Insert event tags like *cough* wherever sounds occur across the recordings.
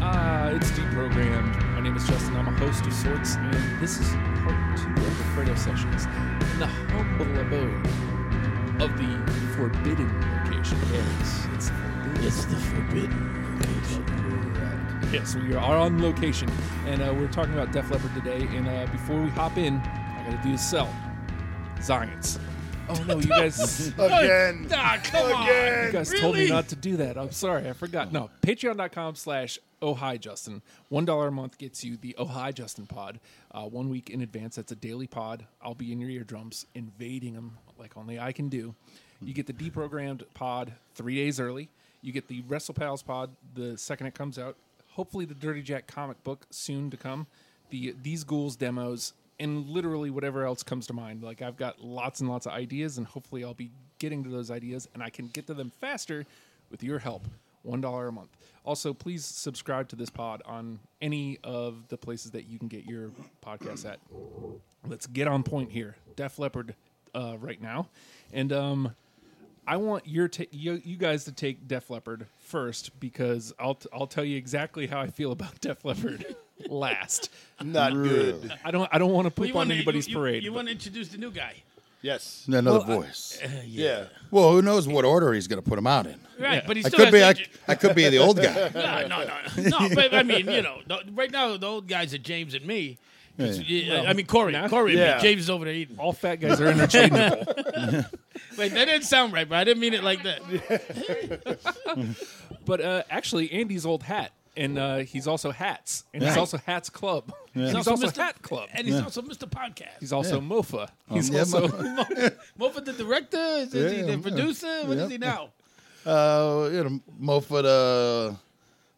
Uh, it's deprogrammed. My name is Justin. I'm a host of sorts, and this is part two of the Fredo sessions in the humble abode of the Forbidden location. Yes, it's forbidden. It's the forbidden location. Yes, we are on location, and uh, we're talking about Def Leppard today. And uh, before we hop in, I gotta do a sell. Science. Oh no, you *laughs* guys Again. Ah, come on. You Again. guys told me Really? not to do that. I'm sorry, I forgot. No, patreon.com slash oh hi Justin. One dollar a month gets you the oh hi Justin pod. Uh, one week in advance. That's a daily pod. I'll be in your eardrums, invading them like only I can do. You get the deprogrammed pod three days early. You get the Wrestle Pals pod the second it comes out. Hopefully the Dirty Jack comic book soon to come. The these ghouls demos and literally whatever else comes to mind. Like I've got lots and lots of ideas, and hopefully I'll be getting to those ideas, and I can get to them faster with your help. One dollar a month. Also, please subscribe to this pod on any of the places that you can get your podcasts at. Let's get on point here. Def Leopard, uh, right now, and um, I want your ta- you, you guys to take Def Leppard first because I'll t- I'll tell you exactly how I feel about *laughs* Def Leppard last. Not good. I don't I don't want to poop You on wanna- anybody's you- you- parade. You but- want to introduce the new guy, Yes. Another voice. Yeah. well, who knows what order he's going to put him out in? right? But he I still has could be. to I, intro- I could be the *laughs* old guy. Ah, no, *laughs* no, no, no. But I mean, you know, the- right now the old guys are James and me. It's- yeah, I mean Corey, Corey, and me. Yeah. James is over there eating. all fat guys are *laughs* interchangeable. Wait, that didn't sound right, but I didn't mean it like *laughs* that. but uh, actually, Andy's old hat, and uh, he's also hats, and he's Yeah. also Hats Club. He's also also, Mr. Hat Club. And he's also Mr. Podcast. He's also Mofa. He's Um, yeah, also *laughs* Mofa the director? Is, is he Yeah, the yeah. producer? What is Yeah. he now? Uh, you know, Moffat. Uh,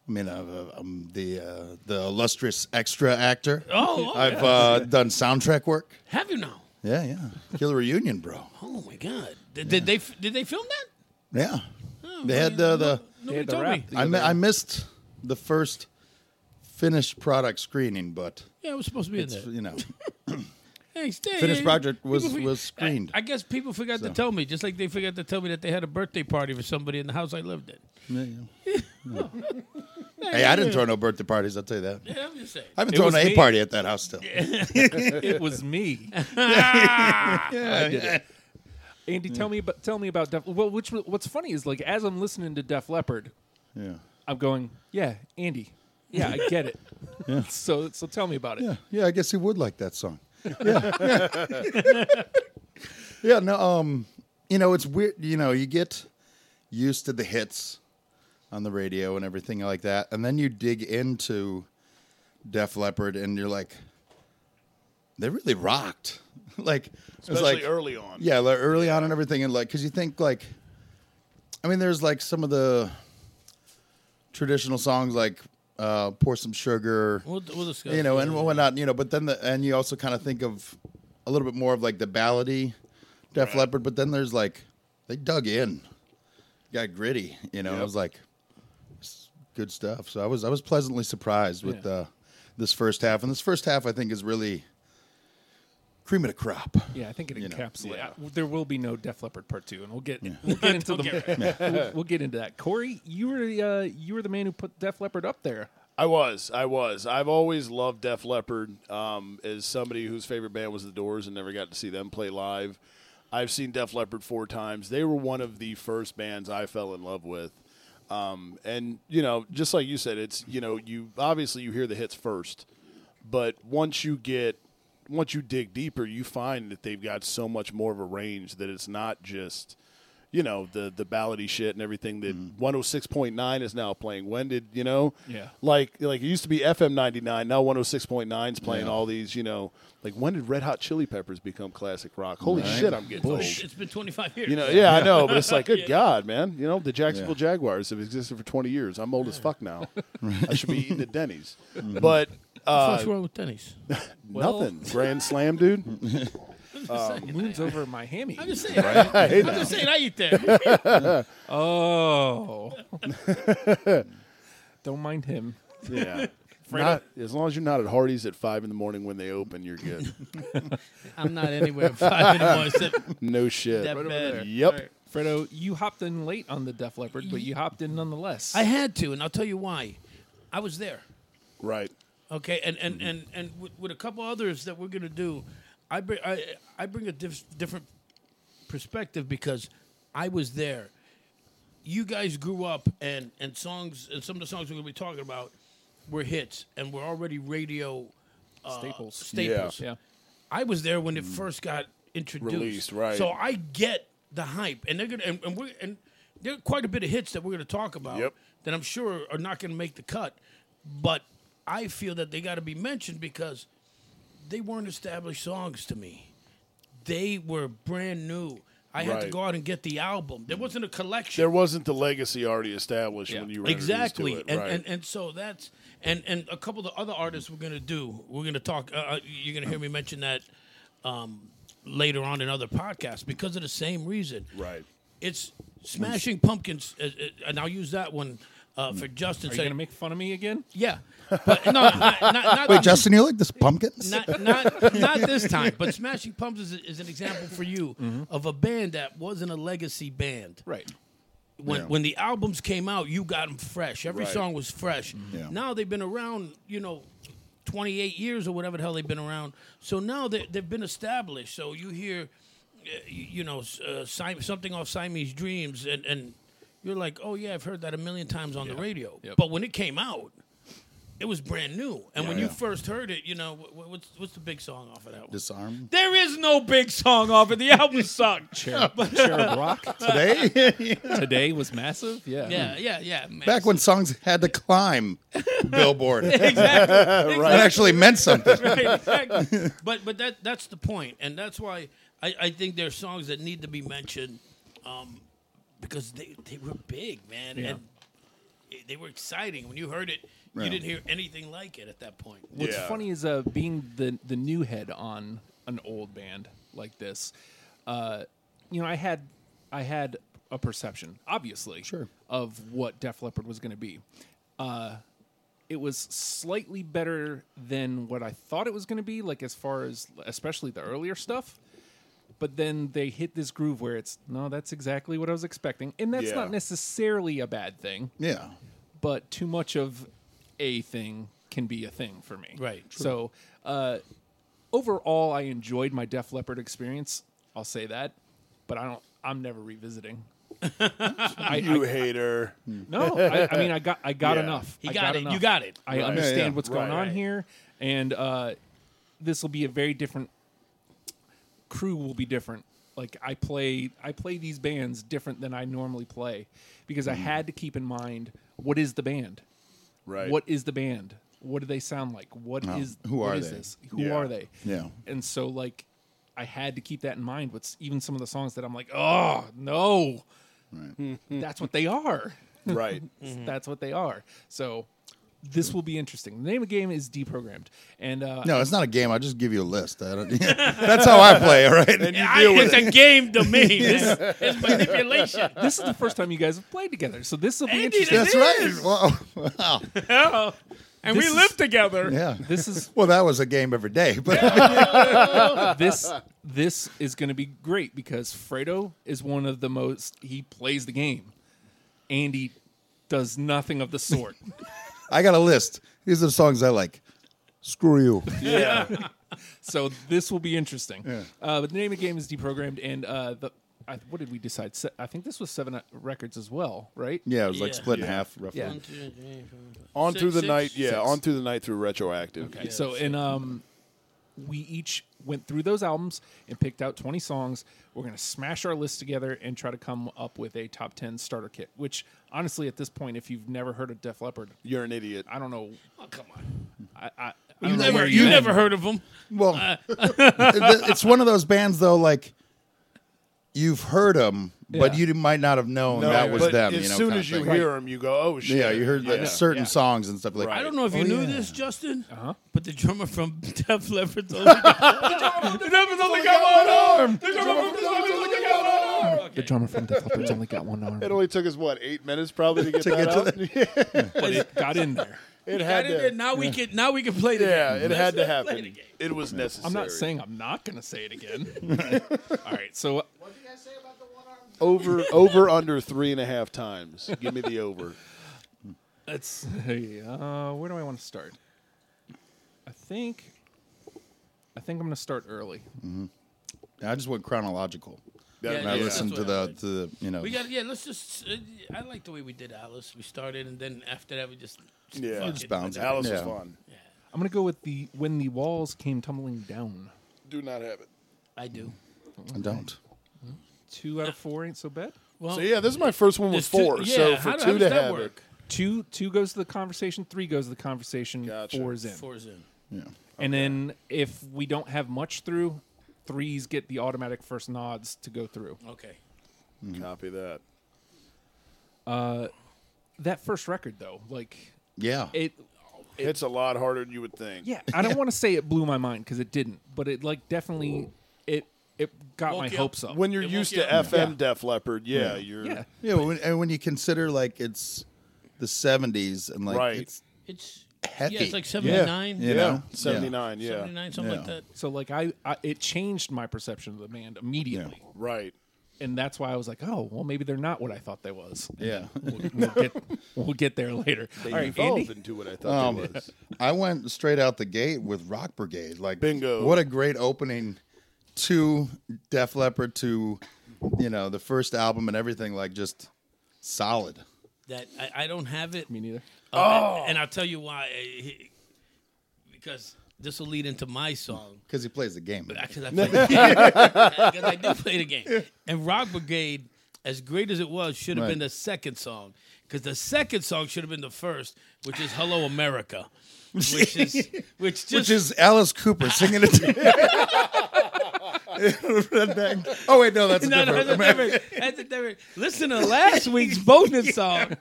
I mean, uh, I'm the uh, the illustrious extra actor. Oh, oh, I've uh, done soundtrack work. Have you now? Yeah, yeah. Killer reunion, bro. Oh my God! Did, did they did they film that? Yeah. Oh, They had well, the the. They Nobody had the told rap me. the I, mi- other- I missed the first finished product screening, but Yeah, it was supposed to be in there. *laughs* you know, Hey, stay. Finished project was- People was screened. I, I guess people forgot to So. tell me, just like they forgot to tell me that they had a birthday party for somebody in the house I lived in. yeah, yeah. hey, I didn't throw no birthday parties. I'll tell you that. Yeah, I'm just saying. I haven't It thrown was a me. party at that house still. it was me. *laughs* I did it. *laughs* Andy, tell me about tell me about Def. Well, which what's funny is like as I'm listening to Def Leppard, Yeah. I'm going, yeah, Andy, yeah, I get *laughs* it. So so tell me about it. Yeah, yeah, I guess he would like that song. Yeah. *laughs* yeah, no, um, you know, it's weird, you know, you get used to the hits on the radio and everything like that, and then you dig into Def Leppard and you're like, they really rocked. *laughs* like it was Especially like- early on. Yeah, like early on and everything, and like, cause you think like, I mean, there's like some of the traditional songs like uh, "Pour Some Sugar," We'll, we'll discuss. you know, and whatnot, you know. But then the and you also kind of think of a little bit more of like the ballady Def Leppard, but then there's like they dug in, got gritty, you know. It was like it's good stuff. So I was I was pleasantly surprised with Yeah. uh, this first half, and this first half I think is really cream of the crop. Yeah, I think it You know, encapsulates. yeah. I- There will be no Def Leppard Part Two, and we'll get we'll *laughs* get into the we'll, we'll get into that. Corey, you were the, uh, you were the man who put Def Leppard up there. I was. I was. I've always loved Def Leppard um, as somebody whose favorite band was The Doors and never got to see them play live. I've seen Def Leppard four times. They were one of the first bands I fell in love with. Um, and, you know, just like you said, it's, you know, you obviously you hear the hits first, but once you get, once you dig deeper, you find that they've got so much more of a range that it's not just, you know, the, the ballady shit and everything that 106.9 is now playing. When did, you know, Yeah. like like it used to be FM 99, now 106.9 is playing all these, you know, like when did Red Hot Chili Peppers become classic rock? Holy shit, I'm getting old. it's been 25 years. You know, yeah, I know, but it's like, good *laughs* God, man. You know, the Jacksonville Jaguars have existed for 20 years. I'm old as fuck *laughs* now. I should be eating at Denny's. Mm-hmm. But uh, What's wrong with tennis? nothing. Grand Slam, *laughs* dude. Moon's over my *laughs* hammy. I'm just saying. I'm just saying. I eat that. *laughs* Oh, don't mind him. Yeah. Not, as long as you're not at Hardee's at 5 in the morning when they open, you're *laughs* good. I'm not anywhere five anymore *laughs* except No shit. that bad. Yep. Fredo, you hopped in late on the Def Leppard, but you hopped in nonetheless. I had to, and I'll tell you why. I was there. Right. Okay, and and and and with, with a couple others that we're gonna do, I bring I I bring a diff, different perspective because I was there. You guys grew up, and and songs and some of the songs we're gonna be talking about were hits, and were already radio uh, Staples. Staples. Yeah. I was there when it first got introduced. Mm. Released, right. So I get the hype, and they're gonna and, and we and there are quite a bit of hits that we're gonna talk about Yep. that I'm sure are not gonna make the cut, but I feel that they got to be mentioned because they weren't established songs to me. They were brand new. I had to Right. go out and get the album. There wasn't a collection. There wasn't the legacy already established Yeah. when you were introduced Exactly, To it. and, right. and and so that's and and a couple of the other artists we're gonna do. We're gonna talk. Uh, uh, you're gonna hear me mention that um, later on in other podcasts because of the same reason. right. It's Smashing Pumpkins, uh, uh, and I'll use that one Mm. uh, for Justin. Are you gonna make fun of me again? yeah, but no, not, not, not Wait, Justin, you like this pumpkins? not, not, not this time, but Smashing Pumpkins is, is an example for you Mm-hmm. of a band that wasn't a legacy band Right. when Yeah. when the albums came out, you got them fresh. Every Right. song was fresh. Mm-hmm. Yeah. Now they've been around, you know, 28 years or whatever the hell they've been around. So now they they've been established. So you hear, uh, you know, s- uh, Sim- something off Siamese Dreams, and and you're like, oh yeah, I've heard that a million times on the radio. Yep. But when it came out. It was brand new, and when you Yeah. first heard it, you know wh- wh- what's what's the big song off of that one? Disarm *laughs* there is no big song off it. The album sucked. Cherub, Cherub Rock today. today was massive. Yeah. Yeah, yeah, yeah. man. Back when songs had *laughs* to climb Billboard, it *laughs* exactly. actually meant something. *laughs* right, exactly. But but that that's the point, and that's why I, I think there are songs that need to be mentioned, um, because they they were big, man, Yeah. and they were exciting. When you heard it, Yeah. you didn't hear anything like it at that point. What's Yeah. funny is uh, being the the new head on an old band like this. Uh, you know, I had I had a perception, obviously, Sure. of what Def Leppard was going to be. Uh, it was slightly better than what I thought it was going to be, like as far as especially the earlier stuff. But then they hit this groove where it's no, that's exactly what I was expecting, and that's Yeah. not necessarily a bad thing Yeah, but too much of a thing can be a thing for me. Right, true. So, uh, overall, I enjoyed my Def Leppard experience. I'll say that, but I don't. I'm never revisiting. you hater. No, *laughs* I, I mean, I got, I got Yeah. enough. He I got it. You enough. got it. I Right. understand Yeah, yeah. what's going Right, on right. here, and uh, this will be a very different crew. Will be different. Like I play, I play these bands different than I normally play because Mm. I had to keep in mind what is the band. Right. What is the band? What do they sound like? What is Oh, who what are is they? this? Who Yeah. are they? Yeah. And so like I had to keep that in mind with s- even some of the songs that I'm like, "Oh, no. *laughs* That's what they are. *laughs* Right. That's what they are." So this will be interesting. The name of the game is deprogrammed. And uh no, it's not a game. I just give you a list. I don't, *laughs* that's how I play. All right. You I, deal with it's a game to *laughs* me. this is manipulation. this is the first time you guys have played together. So this will be Andy, interesting. That's It right. is. Wow. wow. Hell. And This we is- live together. Yeah. This is Well, that was a game every day, but this this is going to be great because Fredo is one of the most he plays the game. Andy does nothing of the sort. I got a list. These are the songs I like. Screw you. Yeah. so this will be interesting. Uh, but the name of the game is deprogrammed, and uh, the I, what did we decide? Se- I think this was seven uh, records as well, right? Yeah, it was like Yeah. split in half, roughly. Yeah. on Six- through the six- night. Yeah. six. On through the night through retroactive. Okay, so and um, we each went through those albums and picked out 20 songs. We're gonna smash our list together and try to come up with a top 10 starter kit. Which honestly, at this point, if you've never heard of Def Leppard, You're an idiot. I don't know Oh, come on. I, I, I You don't know never, where you end. never heard of them. Well, Uh, *laughs* it- it's one of those bands though. Like you've heard them, but Yeah. you might not have known No, that was but them. As you know, soon kinda as you thing. hear them, you go, "Oh shit!" yeah, you heard the Yeah. certain yeah. songs and stuff like. Right. that. I don't know if you Oh, knew yeah. this, Justin, Uh-huh. but the drummer from *laughs* Def Leppard *laughs* told me. the drummer's only got one arm. The drummer from Def Leppard's only got one arm. The drummer from Def Leppard's only got one arm, It only took us what eight minutes probably to get To that get to *laughs* out. but it got in there. it Got had it, to. and now we can now we can play *laughs* the Yeah, game. it Let's- had to let's *laughs* play the happen. game. It was *laughs* necessary. I'm not saying I'm not going to say it again. All *laughs* right, so *laughs* over over under three and a half times. Give me the over. let's. Hey, uh, where do I want to start? think, I think I'm gonna start early. I just went chronological. That- And Yeah, I yeah. listened That's to what I the did. to the you know We got yeah. Let's just. Uh, I like the way we did Alice. We started and then after that we just. Yeah. fuck Just it, bounce whatever. Alice was Yeah. fun. Yeah, I'm gonna go with the when the walls came tumbling down. Do not have it. I do. I don't. Two out of four ain't so bad. Well, So yeah, this is my first one with there's four. two- so yeah, for how, two how does to that have work? Two two goes to the conversation. Three goes to the conversation. Gotcha. Four is in. Four's in. Yeah. And then if we don't have much through, threes get the automatic first nods to go through. Okay. it, copy that. That first record though, like Yeah. it It's a lot harder than you would think. yeah, I don't want to say it blew my mind cuz it didn't, but it like definitely it it got Woke my you up. hopes up. When you're It woke used you to up. FM Def Leppard, yeah, you're yeah. yeah, when, and when you consider like it's the 70s and like Right. it's It's heavy. yeah. It's like Yeah. seventy nine. You Yeah. know? 79, yeah. Seventy nine, something like Yeah. that. So like I, I it changed my perception of the band immediately. Right. And that's why I was like, oh, well maybe they're not what I thought they was. yeah. We'll, we'll get, we'll get there later. They All right, evolved Andy? Oh, into what I thought Um, it was. *laughs* I went straight out the gate with Rock Brigade. Like Bingo. What a great opening to Def Leppard to you know the first album and everything. Like just solid. That I, I don't have it. Me neither. Oh, and I'll tell you why. eh, eh, Because this will lead into my song. Because he plays the game. Because I, play the *laughs* game. 'Cause I do play the game. And Rock Brigade, as great as it was, should have Right. been the second song. Because the second song should have been the first, which is "Hello America," which *laughs* is which just *laughs* Which is Alice Cooper singing it. *laughs* oh wait, no, that's a no, no, different. that's a different. That's a different. Listen to last week's bonus *laughs* song.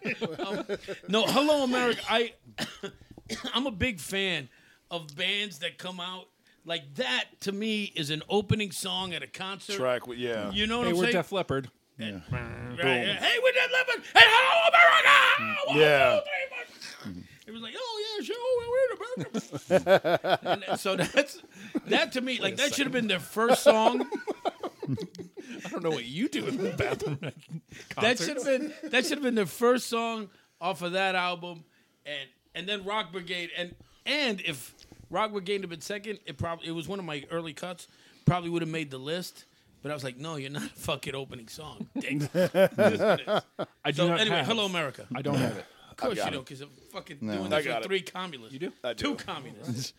Um, no, hello America. I *coughs* I'm a big fan of bands that come out like that. To me, is an opening song at a concert. Track with yeah. You know what Hey, I'm we're saying? Def Leppard. Right, yeah. Hey, we're Def Leppard. Hey, hello America. One, Yeah. two, three, four. It was like, oh yeah, sure, we're in America. And that- so that's that to me, like that should have been their first song. I don't know what you do in the bathroom. *laughs* That should have been that should have been the first song off of that album, and and then Rock Brigade, and and if Rock Brigade had been second, it probably it was one of my early cuts. Probably would have made the list, but I was like, no, you're not a fucking opening song. Dick. I do so not anyway, have- hello America. I don't have it. Of course you got it. don't, because I'm fucking doing I this got with it. three communists. You do? I do. Two *laughs* communists.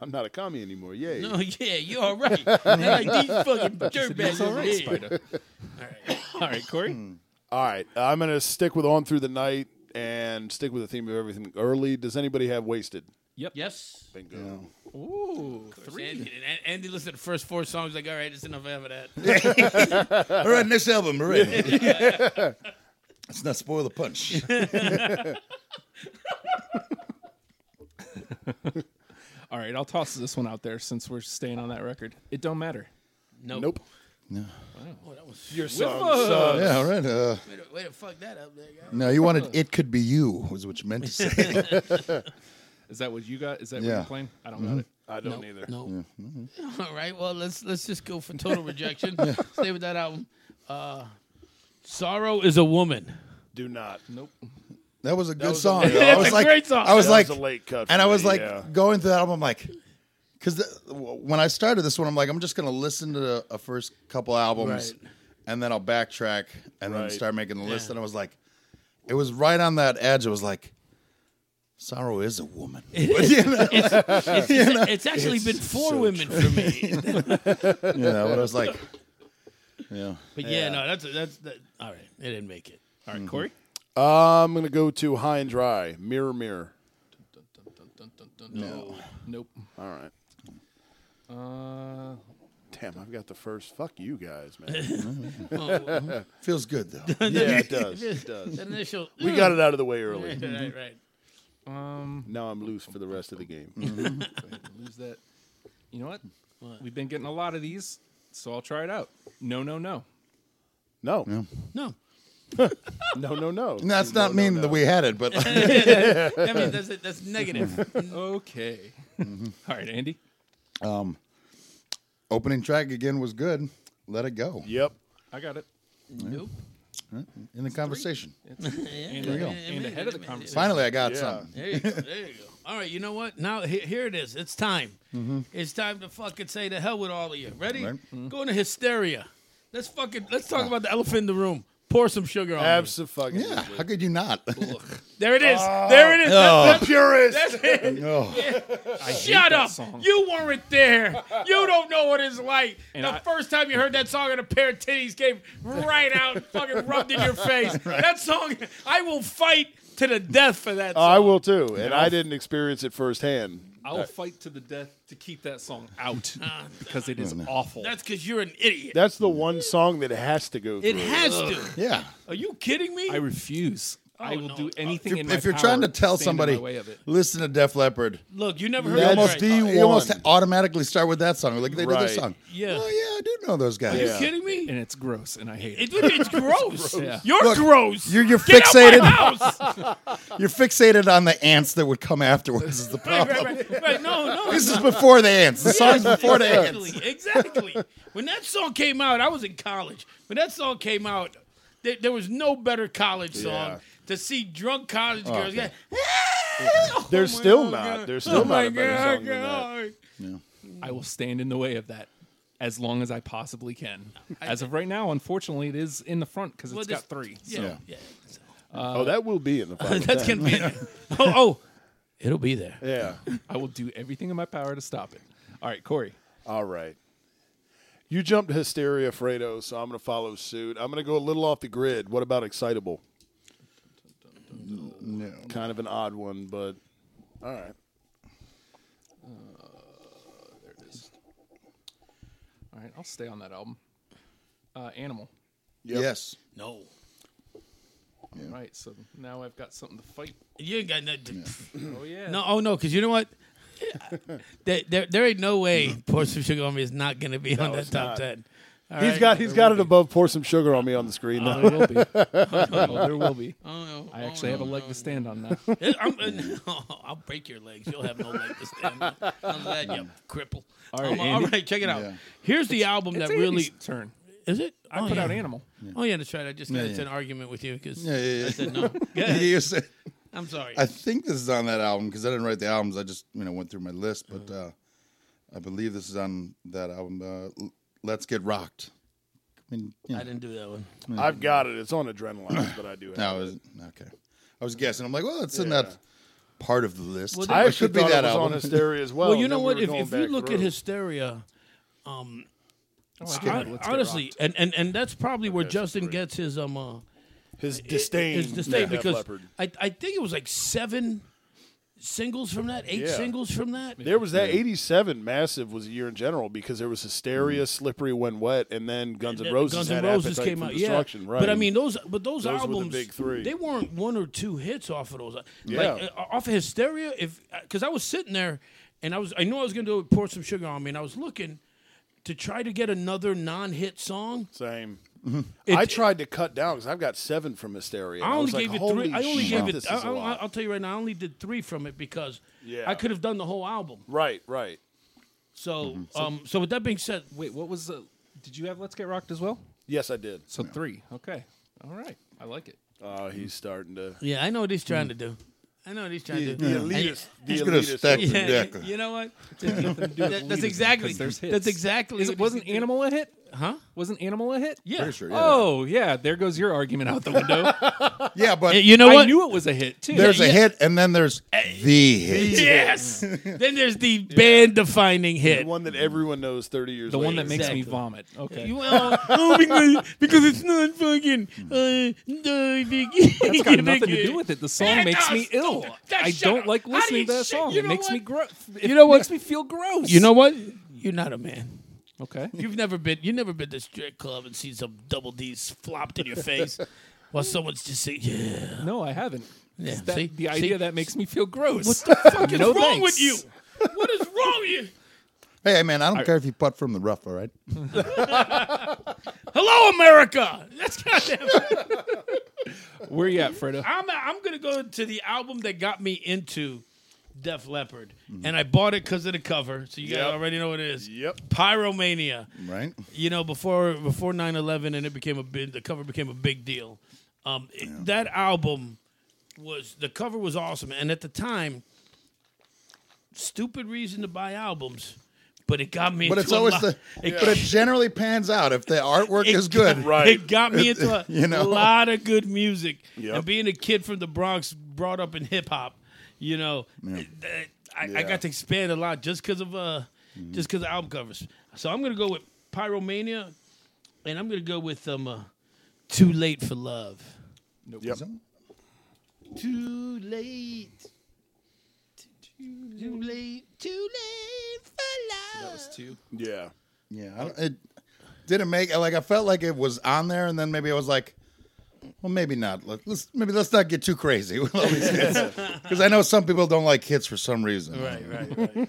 I'm not a commie anymore. Yay. No, yeah, you're all *laughs* right. They're like these fucking dirtbags It's *laughs* all over right, here. Spider. All right, Hmm. Corey. All right. I'm gonna stick with on through the night and stick with the theme of everything early. Does anybody have wasted? Yep. Yes. Bingo. Ooh, three. Andy, and Andy listened to the first four songs. Like, all right, it's enough of *laughs* that. All right, next album. All right. *laughs* Let's not spoil the punch. All right, I'll toss this one out there since we're staying on that record. It don't matter. Nope. Nope. Oh, that was Your song uh, sucks. yeah, all right. Uh, way to, way to fuck that up, there, guy. no, you wanted "It Could Be You" was what you meant to say. *laughs* Is that what you got? Is that what Yeah. you're playing? I don't got it. I don't either. No. Mm-hmm. *laughs* All right. Well, let's let's just go for total rejection. *laughs* Stay with that album. Uh, Sorrow is *laughs* a woman. Do not. Nope. That was a good was a- song. though. That's I was a like, great song. I was That like, was a late cut. for and I me, was like yeah. going through that album, I'm like, because when I started this one, I'm like, I'm just gonna listen to the a first couple albums, Right. and then I'll backtrack and then Right. start making the list. Yeah. And I was like, it was right on that edge. It was like, sorrow is *laughs* a woman. you know, It's, it's actually been four women *laughs* for me. you know, but I was like, yeah, But yeah, no, that's that's that, all right. It didn't make it. Mm-hmm. All right, Corey. Uh, I'm gonna go to high and dry. Mirror, mirror. No. Nope. All right. Uh, Damn, I've got the first. Fuck you guys, man. feels good *laughs* though. yeah, *laughs* it does. It does. That initial. *laughs* We got it out of the way early. right, right. Now I'm loose for the rest of the game. go ahead and lose that. You know what? We've been getting a lot of these, so I'll try it out. No, no, no. No, No, no, no, *laughs* no. And that's not mean that we had it, but *laughs* I mean that's that's negative. Okay. All right, Andy. opening track again was good. Let it go Yep. I got it. nope. in the conversation. And, Yeah, yeah, go. yeah, and yeah, ahead of the yeah, conversation. Finally, I got Yeah. something. There you go. There you go. All right, you know what? Now he- here it is. It's time. It's time to fucking say the hell with all of you. Ready? Right. Go into hysteria. Let's fucking let's talk about the elephant in the room. Pour some sugar on it. Absolutely. Yeah, how could you not? There it is. there it is. *laughs* Oh. *laughs* That's, Purist. that's it. oh, Shut up. song. You weren't there. You don't know what it's like. And the I- first time you heard that song and a pair of titties came right out and fucking rubbed in your face. That song, I will fight to the death for that song. I will too, and I didn't experience it firsthand. I will fight to the death to keep that song out *laughs* because it is awful. That's because you're an idiot. That's the one song that has to go through. It has to. yeah. Are you kidding me? I refuse. I will no. do anything in my If you're power trying to tell stand in somebody, my way of it. listen to Def Leppard. Look, you never heard You that. almost, right. do you Uh, almost one. automatically start with that song. Like they did Right. this song. Yeah. Oh yeah, I do know those guys. Are you Yeah. kidding me? and it's gross, and I hate it. It- it's gross. Yeah. You're Look, gross. You're you're Get out my fixated. house. You're fixated on the ants that would come afterwards. Is the right, problem? right, right, right. No, no. This is before the ants. The song's before the ants. exactly, exactly. When that song came out, I was in college. When that song came out, there, there was no better college song Yeah. Oh, to see drunk college girls. Yeah. There's my still God. not. There's Oh still not my a better God, song than that. God. I will stand in the way of that as long as I possibly can. As of right now, unfortunately, it is in the front because Well, it's this- got *laughs* three. Yeah. Yeah. yeah. oh, that will be *laughs* in the final. That's ten. gonna be. *laughs* Oh, oh, it'll be there. yeah. I will do everything in my power to stop it. All right, Corey. All right. You jumped hysteria, Fredo, so I'm going to follow suit. I'm going to go a little off the grid. What about excitable? No. Kind of an odd one, but all right. All right, I'll stay on that album. Uh, Animal. Yes. No, All right, so now I've got something to fight. you ain't got nothing. Oh yeah. No, oh no, because you *laughs* know what? there, there, there ain't no way Pour Some Sugar on Me is not going to be on that it's top not. ten. All He's right? got he's got it above. Pour some sugar on me on the screen. *laughs* Oh, Uh, now. there will be. Oh, there will be. Oh, no. I Oh, actually no. have a leg to stand on now. I'm, *laughs* uh, no, I'll break your legs. You'll have no leg to stand on. I'm glad you cripple. Mm. All right, Um, all Andy. right, check it out. Yeah. Here's the album It's that really Andy's turn. is it. I oh, put yeah. out Animal. Oh yeah, that's right. I just got Yeah, into yeah. an argument with you because *laughs* Yeah, yeah, yeah. I said no. Yeah, *laughs* Yeah, *laughs* you said- I'm sorry. I think this is on that album because I didn't write the albums. I just you know went through my list, but uh, I believe this is on that album. Uh, L- Let's get rocked. I mean, you I know, didn't do that one. I've got it. It's on adrenaline, but I do *clears throat* have. no, it it. was, okay. I was guessing. I'm like, well, it's in Yeah. that part of the list. Well, Or I it actually thought it was on hysteria as well. Well, you and know then we what? were If, going if you back Oh, look through. at Hysteria, um, Oh, I- honestly, and, and and that's probably where Okay, Justin great. gets his um uh, his disdain, his disdain for Def because Leppard. I I think it was like seven singles from that, eight Yeah. singles from that. There was that '87 massive was a year in general because there was Hysteria, Slippery When Wet, and then Guns N' That Roses. Guns had N' Roses Appetite came for out, yeah. Destruction, Right. But I mean those, but those, Those were the albums, big three. they weren't one or two hits off of those. Yeah. like, uh, off of Hysteria. If because I was sitting there and I was, I knew I was going to do it, pour some sugar on me, and I was looking to try to get another non-hit song. same. I tried to cut down because I've got seven from Hysteria. I and only was like, gave it "Holy three. I only shit, gave this it. is I, a I, lot." I'll tell you right now. I only did three from it because Yeah. I could have done the whole album. Right, right. So, Mm-hmm. um, so with that being said, Wait, what was the? Did you have Let's Get Rocked as well? Yes, I did. So three. Okay. All right. I like it. Oh, he's starting to. yeah, I know what he's trying to do. I know what he's trying Mm. The, to do. And- elitist. He's gonna stack *laughs* the yeah, deck. you know what? *laughs* That- that's exactly. There's hits. That's exactly. Is what it he's wasn't gonna do. Animal a hit? huh? Wasn't Animal a hit? Yeah. sure, yeah. Oh yeah, there goes your argument out the *laughs* window. *laughs* yeah, but Uh, You know I what? knew it was a hit too. there's yeah. a hit, and then there's the hit. yes. *laughs* then there's the band-defining The hit. one that everyone knows 30 years the one that later. makes Exactly. me vomit. Okay. *laughs* You, uh, oh, because, because it's not fucking. Uh, It's it's got nothing to do with it. The song It makes me does. ill. That- I shut don't up. like How do listening you to that shit? song. You It know makes me what? gro- It You know what? makes me feel gross. You know what? You're not a *laughs* man. Okay. You've never been. You've never been to strip club and seen some double D's flopped in your *laughs* face while someone's just saying, "Yeah." No, I haven't. Yeah, Just that- see? the idea See? that makes me feel gross. What the fuck *laughs* is No wrong with thanks. you? What is wrong with you? Hey, man, I don't care if you putt from the rough. All right. Hello, America. That's *laughs* goddamn. Where you at, Fredo? I'm I'm gonna go to the album that got me into Def Leppard, and I bought it because of the cover. So you guys Yep. already know what it is. Yep. Pyromania. *laughs* Right. you know before before 9-11 and it became a big the cover became a big deal um, it- that album was the cover was awesome and at the time stupid reason to buy albums, but it got me. But into it's a always lot- the. it- But it generally pans out if the artwork is good. Got, Right. It got me into a You know? lot of good music. Yep. And being a kid from the Bronx, brought up in hip hop, you know, it- it- I, I Yeah. got to expand a lot just because of uh, just because of album covers. So I'm gonna go with Pyromania, and I'm gonna go with um, uh, Too Late for Love. Yep. Too late. Too late. Too late for love. That was two. Yeah. Yeah, I don't, it didn't make like I felt like it was on there, and then maybe I was like, well, maybe not. Let- Let's maybe let's not get too crazy *laughs* with all these hits because I know some people don't like hits for some reason. Right, right, right.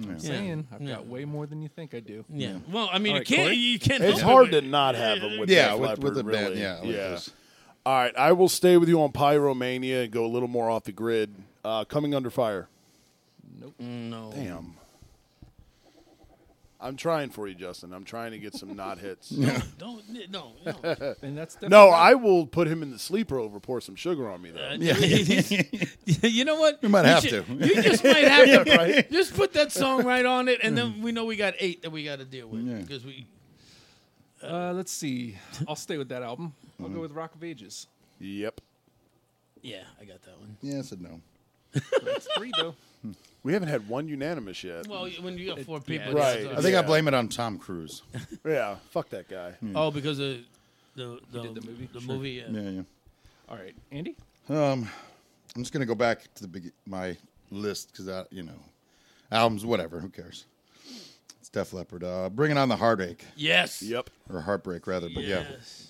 I, am saying I've got way more than you think I do. Yeah. Well, I mean, All it right, can't. Corey? You can't. It's help it, hard but- to not have them with Yeah, Def with- Leppard, with the really. band, yeah, like yeah. this. All right, I will stay with you on Pyromania and go a little more off the grid. Uh, coming under fire. No. Damn. I'm trying for you, Justin. I'm trying to get some not *laughs* hits. Don't. No. No. And that's definitely no, I will put him in the sleeper over pour some sugar on me though. Yeah. *laughs* you know what? We might have to. You just might have *laughs* to. Just put that song right on it, and Mm. then we know we got eight that we got to deal with because we. Uh, let's see. I'll stay with that album. I'll go with Rock of Ages. Yep. Yeah, I got that one. Yeah, I said no. It's three though. We haven't had one unanimous yet. Well, when you got four people, Right. it's- I think I Yeah. blame it on Tom Cruise. yeah, fuck that guy. Oh, because of the the, did the movie? The Sure. movie. Yeah. Yeah, yeah. Um, All right, Andy. I'm just gonna go back to the big, my list because I, you know, albums, whatever. Who cares? It's Def Leppard. Uh, bringing on the heartache Yes. Yep. or heartbreak rather, but yeah, Yes.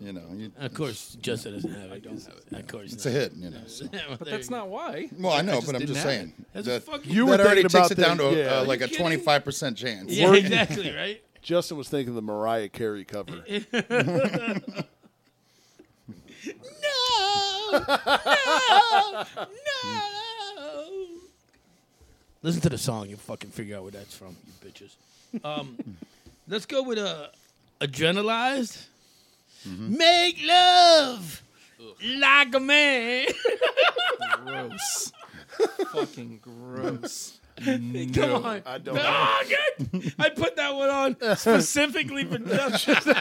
you know, you, Of course, Justin doesn't have it. I don't have it. Of course. it's a hit. You know, *laughs* so. But that's not why. Well, I know, just but I'm didn't just have it. saying. That's that fucking- You were that already thinking takes about it down the- to a, yeah. uh, like a kidding? 25% *laughs* chance. Yeah, exactly. Right. Justin was thinking the Mariah Carey cover. No. Listen to the song. You'll fucking figure out where that's from, you bitches. Um, *laughs* let's go with uh, adrenalized. Make love like a *laughs* man. Gross. *laughs* Fucking gross. Come on. I don't Oh, good. I put that one on specifically for Justin.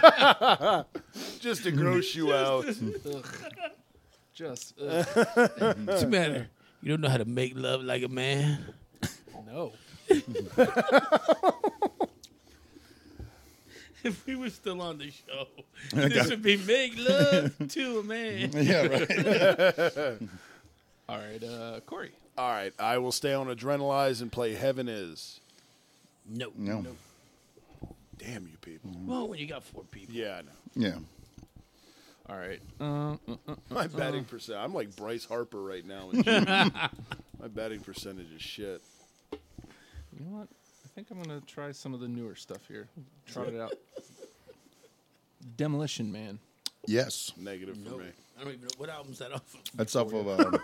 Just to gross you out. Just ugh, *laughs* What's the matter? You don't know how to make love like a man. no. if we were still on the *laughs* show, this would be make love to a man. *laughs* yeah, right. All right, uh, Corey. All right, I will stay on Adrenalize and play Heaven Is. No. No. Damn you people. Well, when you got four people. Yeah, I know. *laughs* Yeah. All right. Uh, My Oh. batting percent. I'm like Bryce Harper right now. in *laughs* June. My batting percentage is shit. you know what? I think I'm gonna try some of the newer stuff here. Trot it out. Demolition Man. Yes. Negative for me. *laughs* I don't even know what album's that off of. That's off of, um,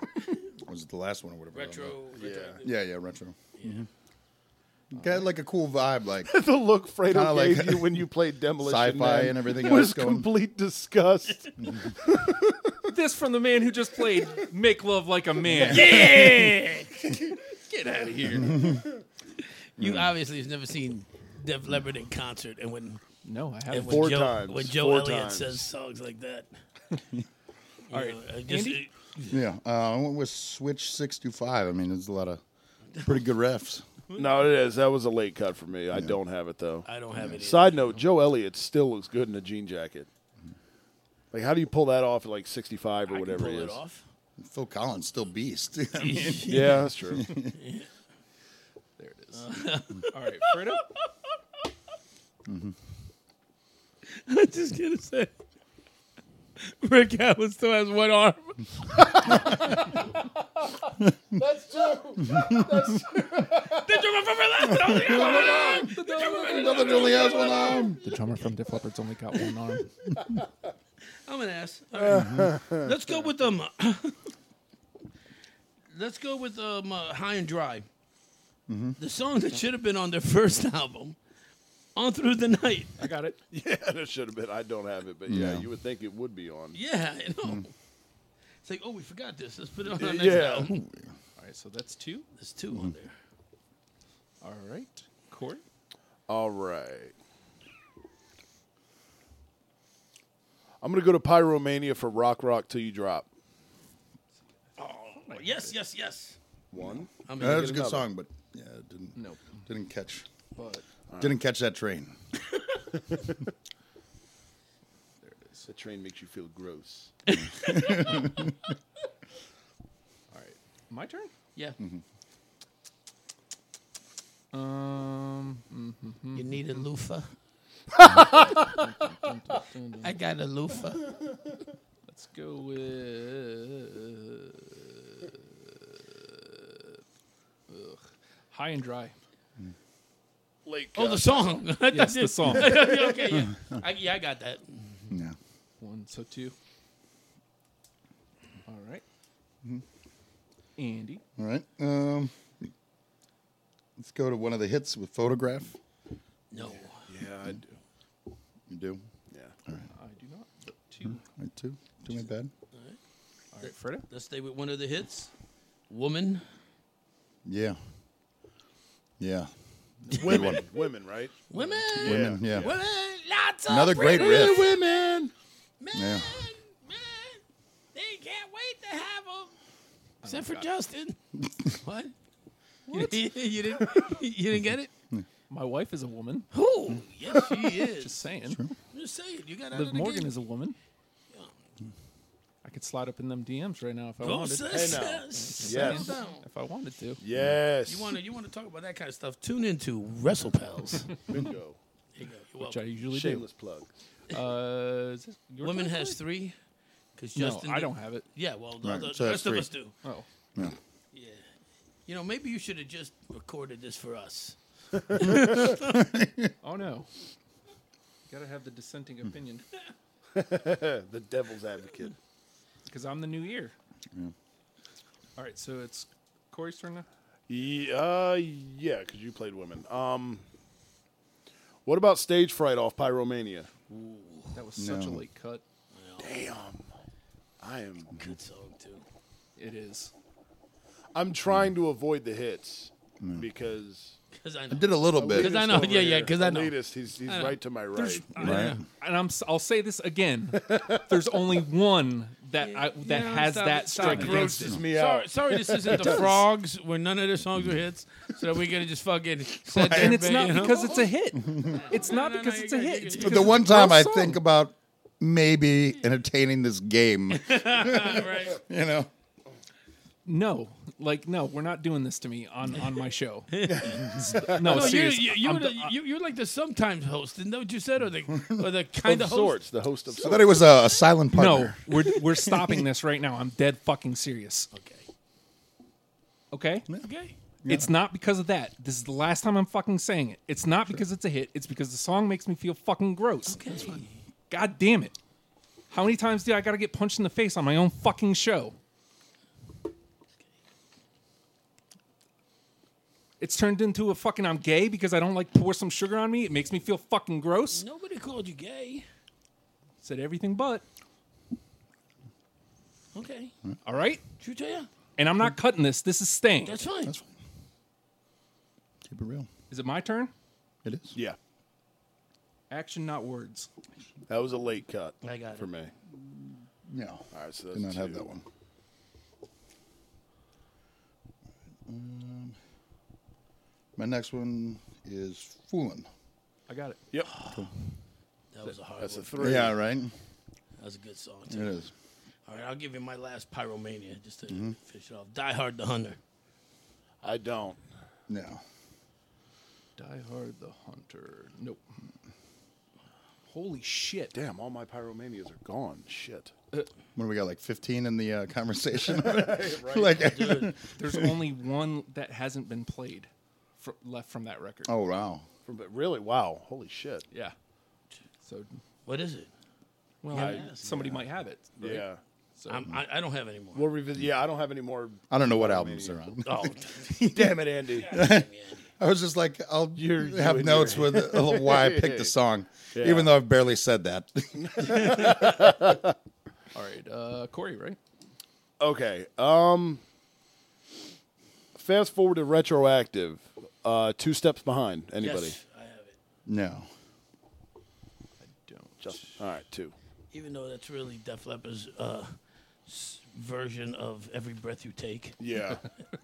was it the last one or whatever? Retro. Yeah. retro. Yeah, yeah, retro. Mm-hmm. Got like a cool vibe, like sci the look Fredo Kinda like- gave you when you *laughs* played Demolition fi Man and everything was else going. complete *laughs* disgust. This from the man who just played "Make Love Like a Man." Get *laughs* out of here. Hmm. you obviously has never seen Def Leppard in concert, and when No, I and haven't. when Four Joe, times. when Joe Four Elliott times. says songs *laughs* like that. All right, I just- Andy? yeah. Uh, I went with Switch 625. I mean, there's a lot of pretty good refs. no, it is. That was a late cut for me. I don't have it though. I don't have it. either. Side note: Joe Elliott still looks good in a jean jacket. Mm-hmm. Like, how do you pull that off at like 65 or I can whatever pull it it is? off. Phil Collins, still beast. *laughs* I mean, Yeah, *laughs* that's true. *laughs* There it is. All right, Fredo. *laughs* I'm just gonna say, Rick Allen still has one arm. *laughs* that's true. The drummer from Relapse *laughs* only has one arm. The drummer from Relapse- Another only has one um, arm. The drummer from Def Leppard's only got one arm. I'm an ass. *laughs* All right. Let's go with um. *laughs* Let's go with um uh, High and Dry. Mm-hmm. The song that should have been on their first *laughs* album, On Through the Night. I got it. Yeah, that should have been. I don't have it, but yeah, No. you would think it would be on. Yeah, I know. It's like, oh, we forgot this. Let's put it on our next Mm. Yeah. album. All right, right, so that's two. There's 2 on there. All right, Corey. All right. I'm gonna go to Pyromania for Rock Rock Till You Drop. Yes, yes, yes. One. I'm That was a gonna good get song, but yeah, it didn't Nope. didn't catch But didn't catch that train. That train makes you feel gross. all right, my turn. Yeah. Mm-hmm. Um, mm, You need a *laughs* loofah? I got a loofah. let's go with Ugh. high and dry. Lake. Oh, the *laughs* song. Yes, the song. okay, *laughs* yeah. I, yeah, I got that. Yeah. One, so two. All right. Mm-hmm. Andy. All right. Um, let's go to one of the hits with photograph. No. yeah, I do. You do. Yeah. I do not. but Two. I too. Do my bad. All right, Freda. Let's stay with one of the hits. Woman. Yeah. Yeah. Women, women, right? Women. Women. Yeah. Women. Lots of Another great pretty riff. Women. Men. Yeah. Men. They can't wait to have them. Except for *laughs* Justin. what? What? *laughs* You, you didn't, you didn't get it? My wife is a woman. Who? Yes, she is. *laughs* Just saying. I'm just saying. You got out Liv of the Morgan game. is a woman. I could slide up in them DMs right now if I Go, wanted. sis. Hey, now. *laughs* Sis. Yes. Settle down. If I wanted to. Yes. You want to you want to talk about that kind of stuff? Tune into *laughs* WrestlePals. there bingo? you go. You're Which I welcome. usually Shameless plug. do. Uh, is this your Women turn, has Corey? three. Because No, Justin, I did- don't have it. Yeah, well, the, Right, the, so the that's rest of three. us do. Oh. Yeah. Yeah. You know, maybe you should have just recorded this for us. Oh no. Hmm. Gotta have the dissenting opinion *laughs* The devil's advocate. because I'm the new year. All right, so it's Corey's turn now. Yeah, uh, yeah, because you played women. Um, what about stage fright off Pyromania? That was such a No. late cut. Damn, I am. Good song too. It is. I'm trying to avoid the hits because Because I I know. did a little bit. Because I know, Elitist over yeah, yeah, here. 'cause I know. Uh, Elitist, he's he's right to my right. Right. and I'm s- I'll say this again. There's only one that I, that No, has stop that it, stop strike it. against it. Grosses me Sorry, out. *laughs* sorry, this isn't the frogs where none of their songs were hits, so that we gonna *laughs* just fucking. Sit there, And it's ba- not you know? because it's a hit. It's not no, no, because you it's a gotta- hit. you It's gotta- because The one it's a gross time I song. think about maybe entertaining this game, right. you know. no, like no, we're not doing this to me on on my *laughs* show. no, No, you, seriously, you, you, I'm uh, were the, d- you, you're like the sometimes host, isn't that what you said, or the *laughs* or the kind Of of host? sorts, the host of I sorts. thought it was a, a silent no, partner. we're *laughs* we're stopping this right now. I'm dead fucking serious. Okay. Okay, Okay. it's not because of that. This is the last time I'm fucking saying it. It's not because it's a hit. It's because the song makes me feel fucking gross. Okay. God damn it. How many times do I got to get punched in the face on my own fucking show? It's turned into a fucking I'm gay because I don't like pour some sugar on me. It makes me feel fucking gross. Nobody called you gay. Said everything but. Okay. All right? True to you. And I'm not cutting this. This is staying. That's fine. That's fine. Keep it real. Is it my turn? It is. yeah, Action, not words. that was a late cut. I got for it. me. No. All right, so that's Did not have two. that one. Um, My next one is Foolin'. I got it. Yep, That was a hard that's a one. three. Yeah, right? that was a good song It too. is. All right, I'll give you my last pyromania just to finish it off. Die Hard, the Hunter. I don't. No. Die Hard the Hunter. Nope. Holy shit. Damn, all my pyromanias are gone. Shit. What do we got? Like 15 in the uh, *laughs* conversation? like, *laughs* There's only one that hasn't been played fr- left from that record. *laughs* oh, wow. From, but really, wow, holy shit. Yeah. So, What is it? well, Yeah, I- yeah. somebody might have it. right? Yeah. So, I'm, I, I don't have any more. We'll revisit. Yeah, I don't have any more. I don't know what albums they're on. oh, *laughs* Damn it, Andy. damn, Andy. *laughs* I was just like, I'll You're have doing notes your- with uh, why I *laughs* picked the song, Yeah. even though I've barely said that. *laughs* all right, uh, Corey, right? Okay. Um fast forward to retroactive, uh, two steps behind anybody. Yes, I have it. No. Don't. Just all right, two. Even though that's really Def Leppard's uh, s- version of "Every Breath You Take," *laughs* Yeah,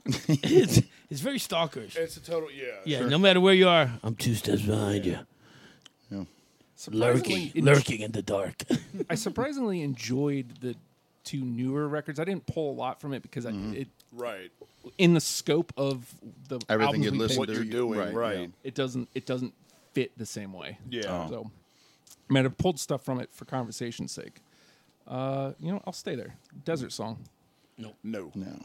it's, it's very stalkerish. it's a total yeah. Yeah, no matter where you are, I'm two steps behind you, lurking, Surprisingly, en- lurking in the dark. *laughs* I surprisingly enjoyed the two newer records. I didn't pull a lot from it because I, it, Right, in the scope of the Everything albums you we listen picked, what do you're you- doing, right, right? it doesn't it doesn't fit the same way. Yeah. So, I mean, I pulled stuff from it for conversation's sake. Uh, you know, I'll stay there. Desert song. No. No. I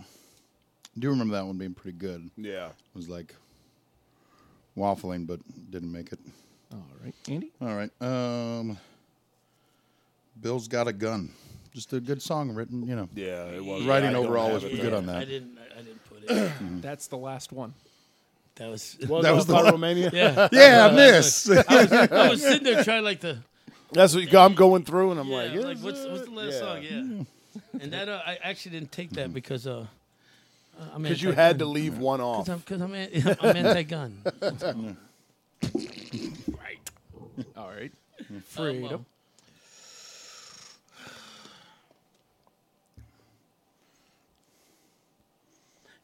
do remember that one being pretty good. It Yeah. was like waffling, but didn't make it. All right, Andy. All right. Um, Bill's got a gun. Just a good song written, you know. Yeah, it was. Writing I don't overall have was it pretty right. good on that. I didn't, I didn't put *coughs* it. That's the last one. That was, Well, That no, was the Paul one. Romania. *laughs* yeah. Yeah, miss. I was sitting there trying like to. *laughs* That's what you go, I'm going through, and I'm Yeah, like, like, is what's, it? what's the last song? Yeah. and that uh, I actually didn't take that because uh, uh, I'm Because you anti-gun. had to leave one off. Cause *laughs* I'm, cause I'm, an, *laughs* I'm anti-gun. right. All right, Fredo. well.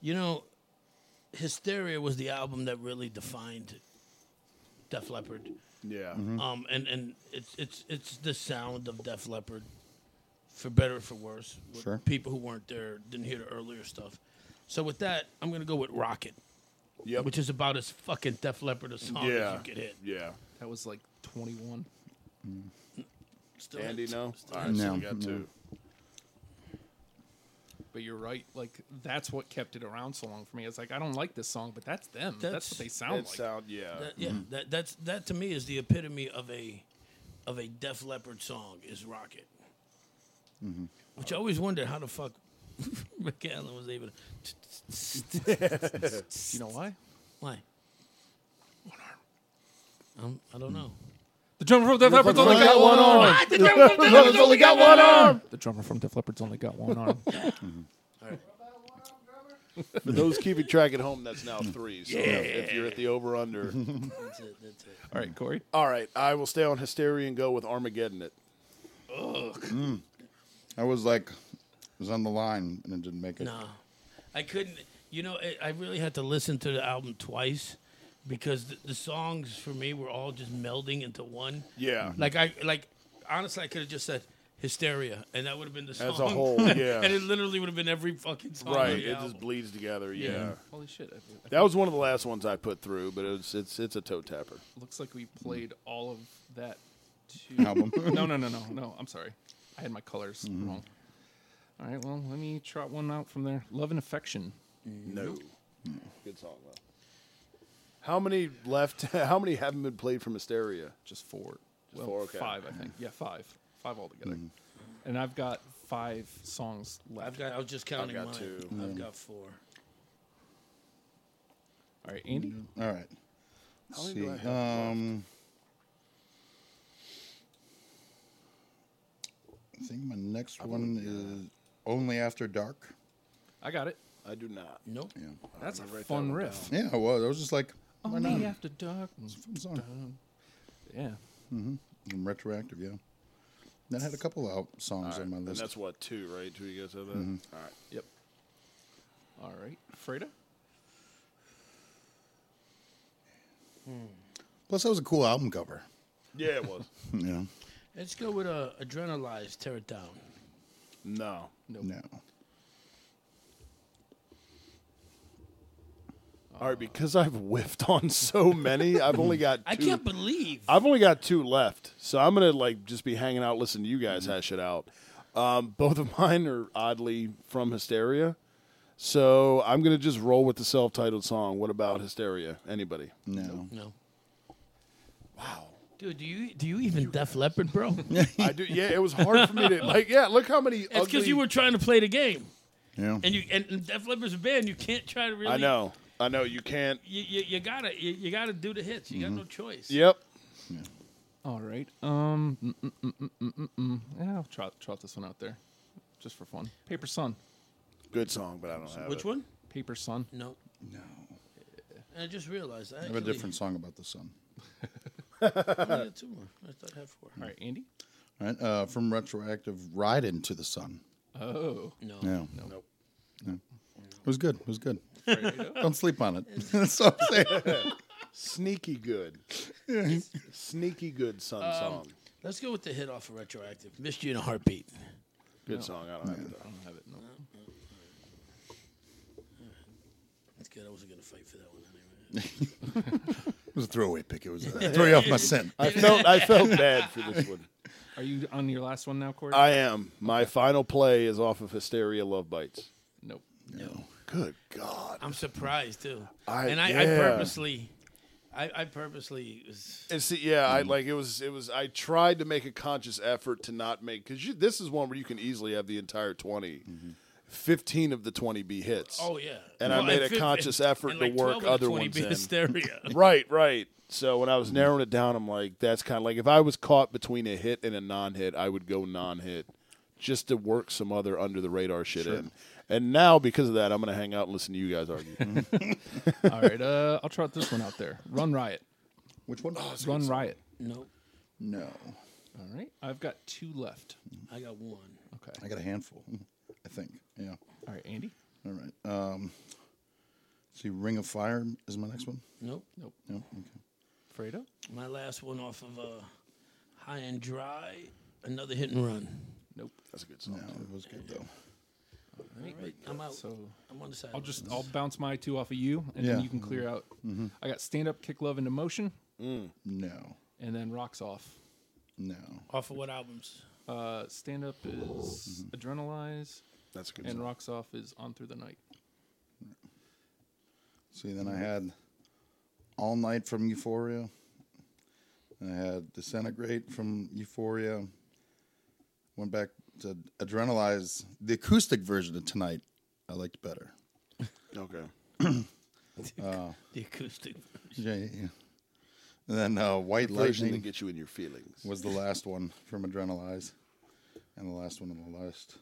You know, Hysteria was the album that really defined Def Leppard. Yeah. Mm-hmm. Um, and and it's it's it's the sound of Def Leppard, for better or for worse. with Sure. People who weren't there didn't hear the earlier stuff. So with that, I'm gonna go with Rocket, Yep. which is about as fucking Def Leppard a song yeah. as you could hit. Yeah. That was like twenty one. Still Andy, hits. no. All right, so No, we got no. two. But you're right. Like that's what kept it around so long for me. It's like I don't like this song, but that's them. That's, That's- what they sound it like. sound, yeah. That, yeah, that that's that to me is the epitome of a of a Def Leppard song is Rocket. Which I always wondered how the fuck *laughs* Rick Allen was able *laughs* to. *laughs* you know why? Why? One arm. Um, I don't know. The drummer from Def Leppard's only got one *laughs* arm. Brothers only got one arm. The drummer from Def Leppard's only got one *laughs* arm. For those keeping track at home, that's *laughs* now three. So if, if you're at the over under. That's it. That's it. All right, Corey. All right, I will stay on Hysteria and go with Armageddon it. I was like, was on the line and it didn't make it. No, I couldn't. You know, I- I really had to listen to the album twice because the, the songs for me were all just melding into one. Yeah. Mm-hmm. Like I like honestly, I could have just said hysteria, and that would have been the song a *laughs* whole, yeah. and it literally would have been every fucking song. on right. the It album. just bleeds together. Yeah. Holy shit! I, I, That was one of the last ones I put through, but it's it's it's a toe tapper. looks like we played all of that. To... Album. *laughs* Mm-hmm. no, no, no, no, no. I'm sorry. I had my colors wrong. All right. Well, let me trot one out from there. Love and affection. No. Good song though. How many left? *laughs* How many haven't been played from Hysteria? Just four. Just well, four, okay. five, I think. Yeah, five. Five altogether. Mm-hmm. And I've got five songs left. I've got. I was just counting got mine. two. I've got four. All right, Andy. All right. How Let's many do I see. have left? Um, I think my next one is Only After Dark. I got it. I do not. Nope. Yeah. That's a gonna write that fun one riff. Yeah, it was. I was just like, why not? Only after dark. Fun song. Yeah. And retroactive, yeah. That had a couple of out- songs on my And list. that's what two, right? Two you guys have that. All right. Yep. All right, Freda. Plus, that was a cool album cover. Yeah, it was. Yeah. Let's go with uh, Adrenalize. Tear it down. no. No. All right, because I've whiffed on so many, I've only got. Two, I can't believe. I've only got two left, so I'm gonna like just be hanging out, listening to you guys hash it out. Um, both of *laughs* mine are oddly from Hysteria, so I'm gonna just roll with the self-titled song. What about Hysteria? Anybody? No. no. Wow. Dude, do you do you even Def Leppard, *laughs* bro? I do. Yeah, it was hard for me to like. Yeah, look how many. That's because ugly- you were trying to play the game, Yeah. and you and, and Def Leppard's a band. You can't try to really. I know. I know. You can't. You, you, you gotta you, you gotta do the hits. You got no choice. Yep. All right. Um. mm, mm, mm, mm, mm, mm, mm. Yeah, I'll trot trot this one out there, just for fun. Paper Sun. Good song, but I don't have Which it. one? Paper Sun? No. No. And I just realized I, I have a different song about the sun. I had two more. I thought I had four. All right, Andy. All right. Uh, from retroactive, Ride Into the Sun. Oh, No. No. No. Nope. It was good. It was good. Alright, *laughs* Don't sleep on it. That's what I'm saying. Sneaky *laughs* good. Sneaky good sun Um, song. Let's go with the hit off of retroactive. Missed you in a heartbeat. Good song. I don't have it I though. don't have it. No. That's good. I wasn't gonna fight for that one anyway. It was a throwaway pick. It was uh, throw you off my scent. I felt I felt bad for this one. Are you on your last one now, Corey? Uh, I am. My final play is off of Hysteria Love Bites. nope. no. Good God. I'm surprised too. I- and I, I yeah. purposely, I, I purposely was. And see, yeah, Hmm. I like it was. It was. I tried to make a conscious effort to not make because this is one where you can easily have the entire 20 15 of the twenty be hits. Mm-hmm. Oh yeah. And I made a fif- conscious effort and to like work 12 of the other 20 ones be in. *laughs* Hysteria. Right, right. So when I Hmm. was narrowing it down, I'm like, that's kind of like if I was caught between a hit and a non-hit, I would go non-hit just to work some other under the radar shit in. And now because of that, I'm gonna hang out and listen to you guys argue. All right, uh, I'll trot this one out there. Run Riot. Which one? Oh, Run Riot. nope. No. All right, I've got two left. I got one. I Okay. got a handful, I think. Yeah. All right, Andy. All right. Um, see, Ring of Fire is my next one. Nope. Nope. No. Okay. Fredo. My last one off of uh, High and Dry. Another hit and run. Nope. That's a good song. No, it was good though. All right, I'm out. So I'm on the side. I'll just I'll bounce my two off of you, and then Yeah. Mm-hmm. you can clear out. I got stand up, kick love into motion, No. and then rocks off. No. off of what albums? Uh, stand up is adrenalize, That's a good. and song. rocks off is on through the night. See, then I had All Night from Euphoria. I had Disintegrate from Euphoria. Went back to Adrenalize. The acoustic version of Tonight I liked better. Okay. The acoustic. Yeah, yeah, yeah. And then uh, White Version that Lightning gets you in your feelings. was the last one from Adrenalize, and the last one on the list.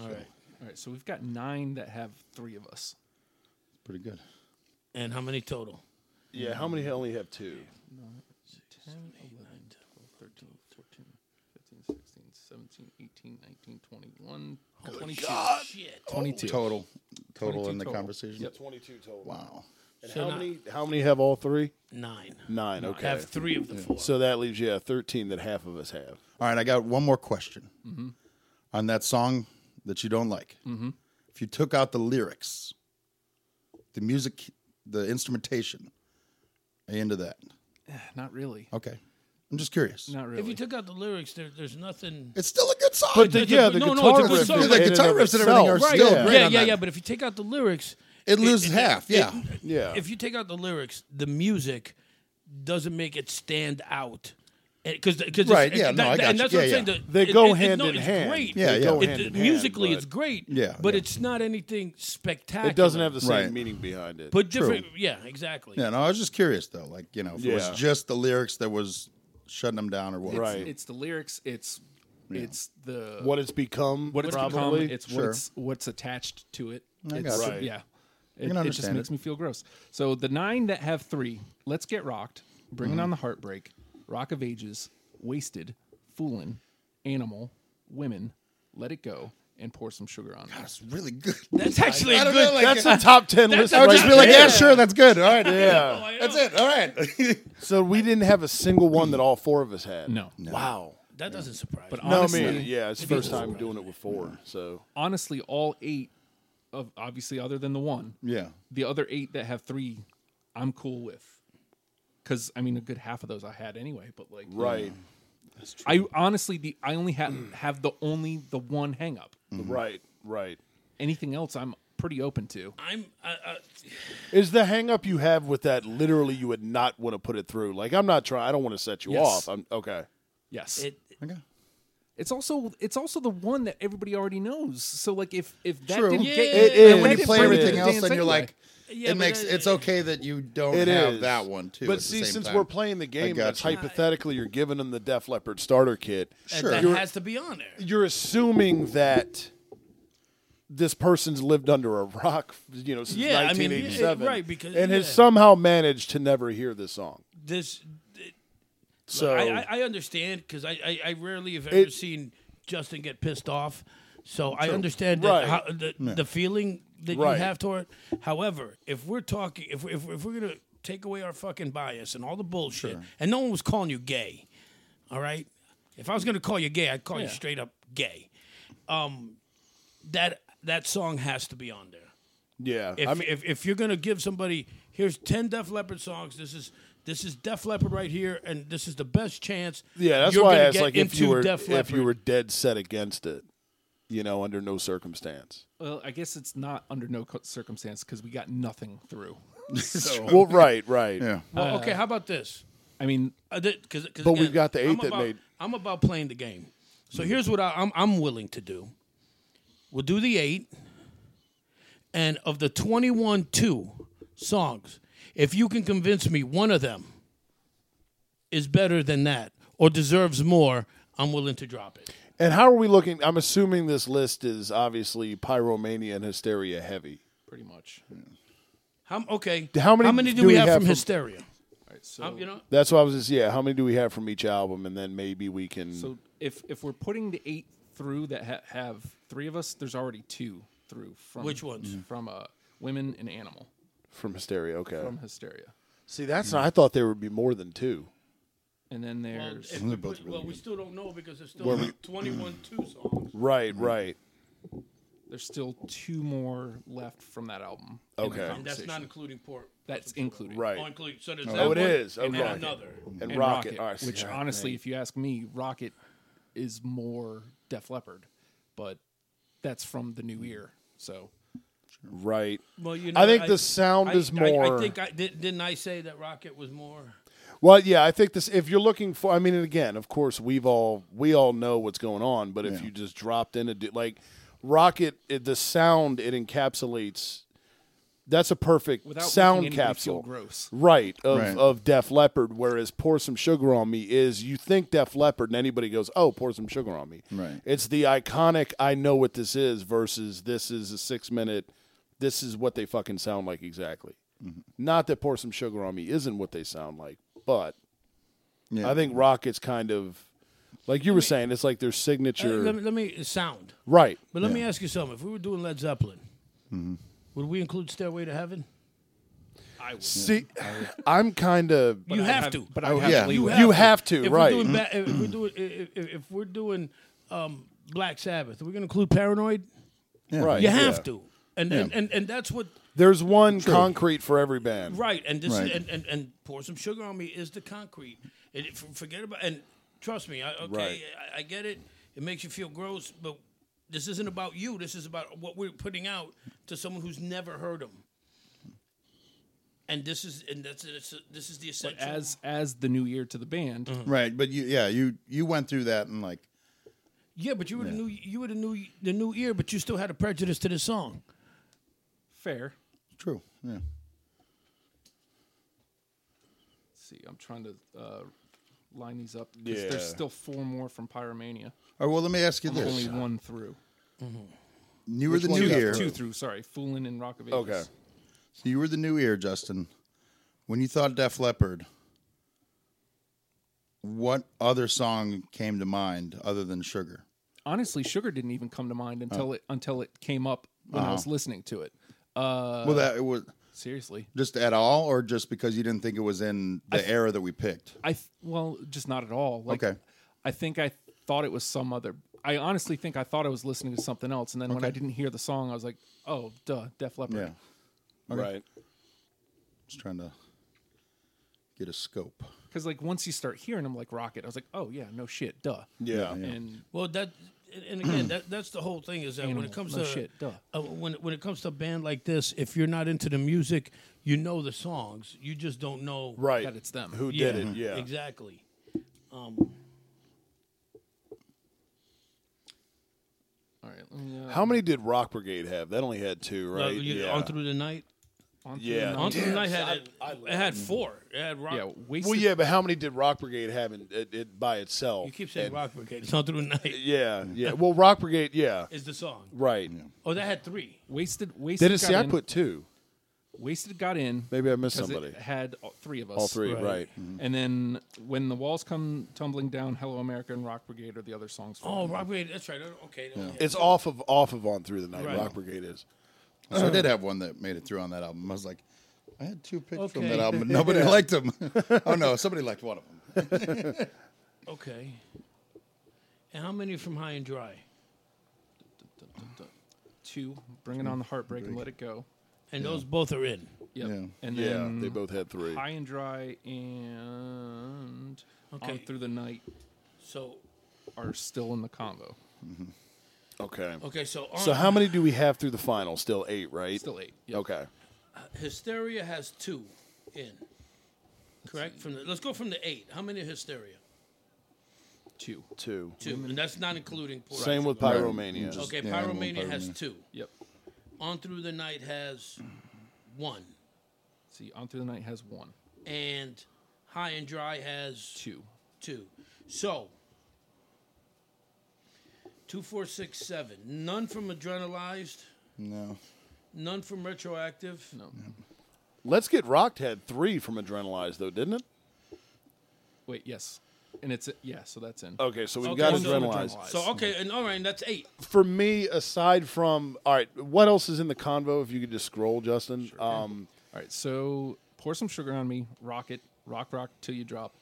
All right. All right, so we've got nine that have three of us. Pretty good. And how many total? yeah. How many only have two? 10, 11, 12, 13, 14, 15, 16, 17, 18, 19, 21, 22. Shit. 22. Total, total 22 in the total. conversation. Yep. Twenty-two total. Wow. And So how not- many? How many have all three? Nine. Nine. I Okay. have three of the four. so that leaves you at thirteen that half of us have. All right, I got one more question on that song that you don't like. If you took out the lyrics, the music, the instrumentation, are you into that? Not really. Okay, I'm just curious. Not really. if you took out the lyrics, there, there's nothing. It's still a good song. But the, It's a- yeah, the no, no, guitar it's a good riff song. is The in guitar of riffs and everything are itself. Right, still yeah. great. yeah, on yeah, that. yeah. But if you take out the lyrics, it loses half. yeah, Yeah. if you take out the lyrics, the music doesn't make it stand out. Because because Right, yeah, no, I got and you. that's what Yeah, I'm yeah. saying. the- They it- go it- it- hand no, in it's hand. Great. Yeah, They yeah. go It- hand it- in hand, musically, but it's great. Yeah, but yeah. it's not anything spectacular. It doesn't have the same Right. meaning behind it. But different. Yeah, exactly. yeah. No, I was just curious though. Like you know, if it was Yeah. just the lyrics that was shutting them down or what? Right. it's, it's the lyrics. It's it's the what it's become, what it's probably. become. It's Sure. what's what's attached to it. it's, got you. Right. Yeah, can it, it just understand makes it. me feel gross. So the nine that have three, let's get rocked. Bringing on the heartbreak, rock of ages, wasted, foolin', animal, women, let it go, and pour some sugar on. it. That's really good. That's actually I a don't good. know, like, *laughs* that's a top ten list. I would right just be like, yeah, there. sure, that's good. All right, Yeah. I know. that's it. All right. *laughs* So we didn't have a single one that all four of us had. No. Wow. That doesn't surprise me. But No, honestly, I mean, yeah, it's the first time doing it with four. So honestly, all eight of obviously other than the one, yeah. the other eight that have three, I'm cool with. Because I mean, a good half of those I had anyway. But like, right, I honestly the I only have have the only the one hang up. right, right. Anything else I'm pretty open to. I'm. uh, I, I, Is the hang up you have with that literally you would not want to put it through? Like I'm not trying. I don't want to set you Yes. off. I'm okay. Yes. it, Okay. it's also it's also the one that everybody already knows. So like if if that True. didn't Yeah. get It if is. that when you didn't play bring you everything to else, dance then you're anyway, like, Yeah, it but makes I- it's okay that you don't It have is. that one too. at But the see, same since time. we're playing the game, got that's you. hypothetically you're giving them the Def Leppard starter kit. and Sure. that You're- has to be on there. You're assuming that this person's lived under a rock, you know, since Yeah, I mean, 1987, yeah, right, because- and has yeah. somehow managed to never hear this song. This, So I, I, I, I understand because I, I, I rarely have ever It- seen Justin get pissed off. So I understand that Right. how, the, the feeling that Right. you have toward. it. However, if we're talking, if, if, if we're gonna take away our fucking bias and all the bullshit, and no one was calling you gay, all right. If I was gonna call you gay, I'd call you Yeah. straight up gay. Um, that that song has to be on there. yeah, If, I mean, if, if you're gonna give somebody here's ten Def Leppard songs, this is this is Def Leppard right here, and this is the best chance. yeah, that's you're why I gonna asked, get like, if you into were Def if you Leppard. were dead set against it, you know, under no circumstance. Well, I guess it's not under no co- circumstance because we got nothing *laughs* through. so, Well, right, right, Yeah. Well, okay, how about this? Uh, I mean, Because But we've got the eight that made- Mm. I'm about playing the game, so here's what I, I'm I'm willing to do. We'll do the eight, and of the twenty-one two songs, if you can convince me one of them is better than that or deserves more, I'm willing to drop it. And how are we looking? I'm assuming this list is obviously pyromania and hysteria heavy. pretty much. All How, okay. How many do, do we we have, have from from- Hysteria? right, so Um, you know, That's why I was just yeah. How many do we have from each album, and then maybe we can. So if if we're putting the eight through that ha- have three of us, there's already two through from Which ones? from uh, women and animal From Hysteria, okay. from hysteria, See, that's Hmm. not. I thought there would be more than two. and then well, there's if They're we, both well, really we still don't know because there's still 21 two songs. Right, right. there's still two more left from that album. in the Okay. And that's not conversation. included. Port. that's included. Right. Oh, including, so there's Oh, that it one is, And then okay. another. And, And Rocket, all right, which all right. honestly, if you ask me, Rocket is more Def Leppard, but that's from the new year. So right. Well, you I think the sound I- is I- I, more. think I did, didn't. I say that Rocket was more. well, yeah, I think this. If you're looking for, I mean, and again, of course, we've all we all know what's going on. But if you just dropped in a di- like Rocket, it, the sound it encapsulates. That's a perfect without making sound anybody feel capsule. gross. Right of Right. of Def Leppard, whereas "Pour Some Sugar on Me" is you think Def Leppard, and anybody goes, "Oh, pour some sugar on me." Right. It's the iconic. I know what this is versus this is a six minute. This is what they fucking sound like exactly. Not that "Pour Some Sugar on Me" isn't what they sound like, but Yeah. I think Rocket's kind of like you were saying. It's like their Uh, signature. let, me, let me sound. right. But let me ask you something. If we were doing Led Zeppelin, would we include Stairway to Heaven? See, *laughs* I'm kind of. you I have, have- to. but I would have yeah. You leeway. have You to. have to, if right. Mm-hmm. We're doing ba- if we're doing, if, if- if we're doing um, Black Sabbath, we're going to include Paranoid. Right. You have yeah. to, and, and, and and that's what There's one concrete for every band. right. And this Right. Is, and, and and pour some sugar on me is the concrete. And if- forget about and trust me. I, okay, Right. I, I get it. It makes you feel gross, but this isn't about you. This is about what we're putting out to someone who's never heard them. And this is and that's it's, this is the essential. as as the new year to the band, Mm-hmm. Hmm. Right, but you yeah, you you went through that and like Yeah, but you were the new you were the new the new ear, but you still had a prejudice to this song. fair. true. Yeah. Let's see, I'm trying to uh, line these up. 'cause There's Yeah. still four more from Pyromania. All right, well, let me ask you this. Only one through. you were the one new got ear. Two through, sorry. Foolin' and Rock of Ages. Okay. So you were the new ear, Justin. When you thought Def Leppard, what other song came to mind other than Sugar? Honestly, Sugar didn't even come to mind until Oh. it until it came up when I Uh-huh. was listening to it. Uh, well, that it was seriously. just at all, or just because you didn't think it was in the era that we picked. I th- well, just not at all. Like, Okay. I think I thought it was some other. I honestly think I thought I was listening to something else, and then when I didn't hear the song, I was like, "Oh, duh, Def Leppard." Yeah, Right. just trying to get a scope. Because like once you start hearing them like Rocket, I was like, "Oh yeah, no shit, duh." Yeah. And Well, that and- and again, that that's the whole thing is that when Mm. Animal, it comes no to shit, duh. uh, when when it comes to a band like this, if you're not into the music, you know the songs, you just don't know Right. that it's them. Who Yeah, did it? Yeah. exactly. all right, let me, uh, How many did Rock Brigade have? That only had two, Uh, right? you- On through the night. On Through the Yeah. Night. On Through the Night had Yes, it, I- I love it had four. It had rock. yeah, wasted. Well, yeah, but how many did Rock Brigade have in, it, it by itself? You keep saying And- Rock Brigade. It's on *laughs* Through the Night Yeah, yeah. Well, Rock Brigade, yeah, is the song. right. Oh, that had three. wasted. Wasted. Didn't got see. I in. put two. wasted. Got in. Maybe I missed 'cause it somebody. had all, three of us. All three, right? And then when the walls come tumbling down, Hello America and Rock Brigade are the other songs. from Oh, it. Rock Brigade. That's right. Okay. Yeah. It's off of off of on through the night. Right. Rock Brigade is. So I did have one that made it through on that album. I was like, I had two picks from that Okay. album, but nobody liked them. oh no, somebody liked one of them. Okay. And how many from High and Dry? Two, bringing on the heartbreak and let it go. And those both are in. Yep. Yeah. And Yeah, then they both had three. Mm. high and dry and Okay. on through the night So are still in the combo. Okay. okay. So on, So how many do we have through the final? Still eight, right? Still eight. Yep. Okay. Hysteria has two in. Correct. From the, let's go from the eight. How many Hysteria? Two. Two. Two. Mm-hmm. And that's not including. Poor Same with Right. Pyromania. Okay. Yeah, I'm on Pyromania has Pyromania. two. Yep. On Through the Night has one, See, on through the night has one, and High and Dry has two. two. So, two, four, six, seven. None from Adrenalized. No, None from Retroactive. No. Let's get rocked had three from Adrenalize though, didn't it? Wait, yes. And it's yeah, so that's in. Okay, so we've got so- Adrenalize. Adrenalize. So okay, and all right, and that's eight. For me, aside from all right, what else is in the convo? If you could just scroll, Justin. um, All right, so pour some sugar on me, rocket, rock, rock till you drop.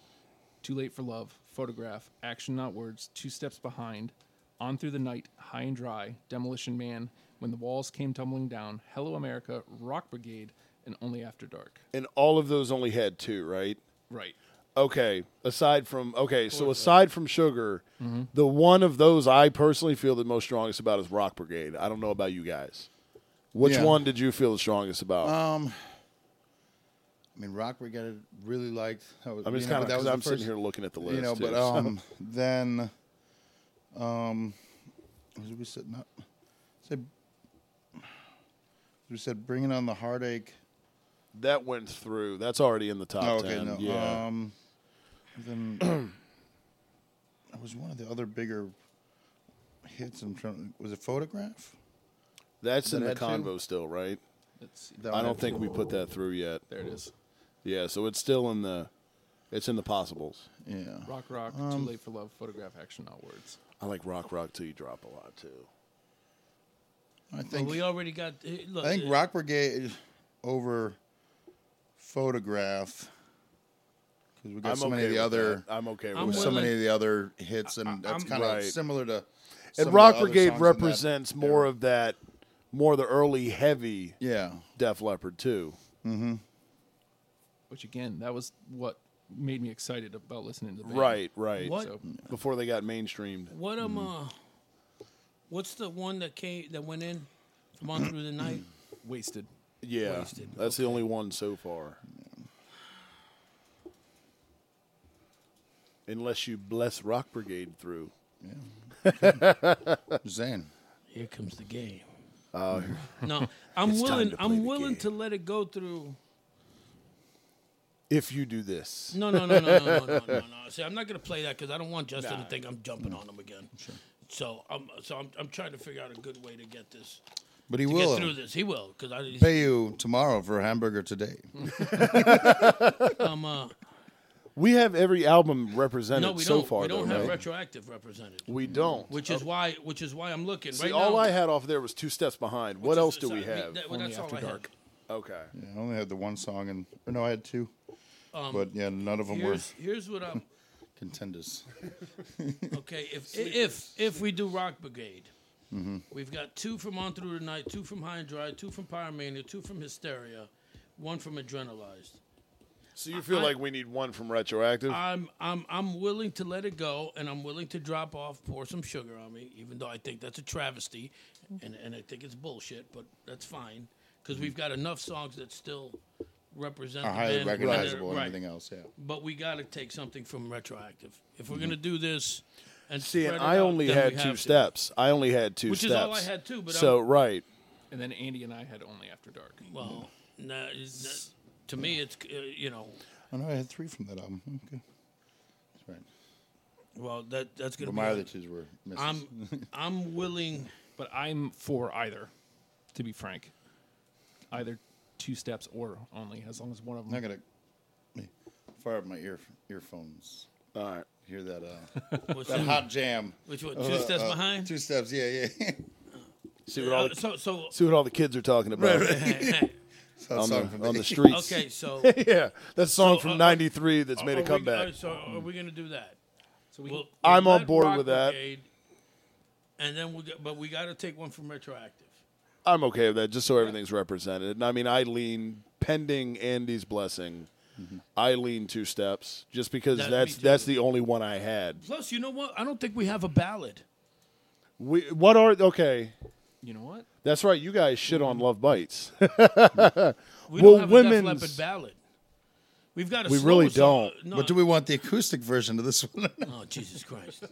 Too late for love, photograph, action not words, two steps behind, on through the night, high and dry, demolition man, when the walls came tumbling down, hello America, rock brigade, and only after dark. and all of those only had two, right? Right. Okay. Aside from okay, so aside from sugar, Mm-hmm. the one of those I personally feel the most strongest about is Rock Brigade. I don't know about you guys. Which Yeah. Um, one did you feel the strongest about? I mean Rock Brigade I really liked. That was, I'm just you know, kind of that because was the I'm sitting first- here looking at the list. you know, too, *laughs* but so- um, then um, was we sitting up? Say, we said bringing on the heartache. that went through. That's already in the top Oh, okay, ten. no. Yeah. Um, *clears throat* then it was one of the other bigger hits. I'm trying. Was it photograph? That's in the that had two? convo still, right? Let's see. That I one don't had think two. we put that through yet. There it is. Yeah, so it's still in the it's in the possibles. Yeah. Rock, rock, too late for love, photograph, action not words. I like rock rock till you drop a lot too. I Well, think. we already got. eh, Look, I think eh, Rock Brigade over photograph because we got so many of the with other. that. I'm okay with I'm with that. so willing- many of the other hits, and that's I'm- kind of Right. similar to. some of And the Rock other Brigade songs in that represents more era. of that, more of the early heavy Yeah, Def Leppard too. Which again, that was what made me excited about listening to the band. Right, right. What? So Before they got mainstreamed, What um, uh, what's the one that came that went in from on through the night? wasted. yeah, Wasted, that's the only one so far. Unless you bless Rock Brigade through. Zane. Here comes the game. Oh *laughs* no, I'm It's time willing. to play I'm the willing game. to let it go through. If you do this, No, no, no, no, no, no, no, no, no. See, I'm not gonna play that because I don't want Justin to think I'm jumping on him again. So I'm so I'm, I'm trying to figure out a good way to get this But he to will get through this. He will because I pay you tomorrow for a hamburger today. *laughs* um uh, we have every album represented no we so don't far. we don't though, have right? retroactive represented, we don't. which is why which is why I'm looking See, right all now. I had off there was two steps behind. What else do we Sorry, have? that- well, that's all After I had. Dark. Okay. Yeah, I only had the one song, and or no, I had two, Um, but yeah, none of them were Here's, here's what I'm *laughs* contenders. okay. *laughs* If if if we do Rock Brigade, Mm-hmm. we've got two from On Through the Night, two from High and Dry, two from Pyromania, two from Hysteria, one from Adrenalized. So you feel I- like we need one from retroactive? I'm I'm I'm willing to let it go, and I'm willing to drop off, pour some sugar on me, even though I think that's a travesty, and and I think it's bullshit, but that's fine because we've got enough songs that still represent Are the highly band, whether- recognizable and right. everything else. Yeah, But we got to take something from retroactive if Mm-hmm. we're gonna do this. And See, spread and it I out, only then we had have two to. steps. I only had two Which steps. is all I had too, but so right, And then Andy and I had only after dark. Well, Nah, it's- to me, it's uh, you know, Oh no, I had three from that album. Okay, that's right. well that that's gonna But be. my other twos were misses. I'm *laughs* I'm willing. But I'm for either, to be frank. Either two steps or only, as long as one of I them. gotta let me fire up my ear earphones. All right. Hear that uh, What's that that? hot *laughs* jam? Which Uh, one? Two steps behind. Two steps. Yeah, yeah. *laughs* See what all Uh, the, so *laughs* so *laughs* see what all the kids are talking about It's that on, song the, from *laughs* on the streets. okay. So *laughs* yeah, that song So, uh, from '93 that's made Are a we- comeback. uh, so are we gonna do that? So we We'll- I'm we'll on let board Rock with that. Brigade, and then we got, but we got to take one from retroactive. I'm okay with that, just so everything's represented. And I mean, I lean pending Andy's blessing. I lean two steps, just because That- me that's too. that's the only one I had. Plus, you know what? I don't think we have a ballad. We what are okay? you know what? That's right. You guys shit on Love *laughs* Bites. We Well, don't have a Def women's- Leppard ballad. We've got. A We really slower song. don't. uh, No, But do we want the acoustic version of this one? *laughs* Oh Jesus Christ!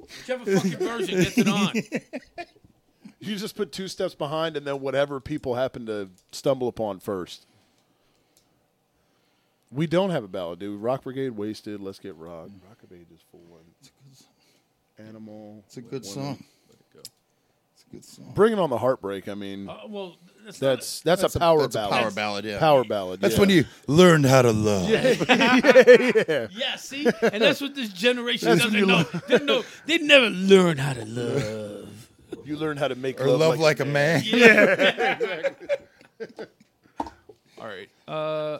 Whichever fucking version gets it on. you just put two steps behind, and then whatever people happen to stumble upon first. We don't have a ballad, dude. Rock Brigade wasted. Let's get rock. Rock Brigade is for one. Animal. it's a good song. It's a good song. Bringing on the heartbreak. I mean, Uh, well, that's, not that's that's, That's a a- power that's a ballad. power ballad, yeah. Power ballad. That's yeah. when you learned how to love. a- yeah. See, and that's what this generation That's doesn't when you know. They don't know. They never learn how to love. you learn how to make Or love, like, a man. All right. Uh,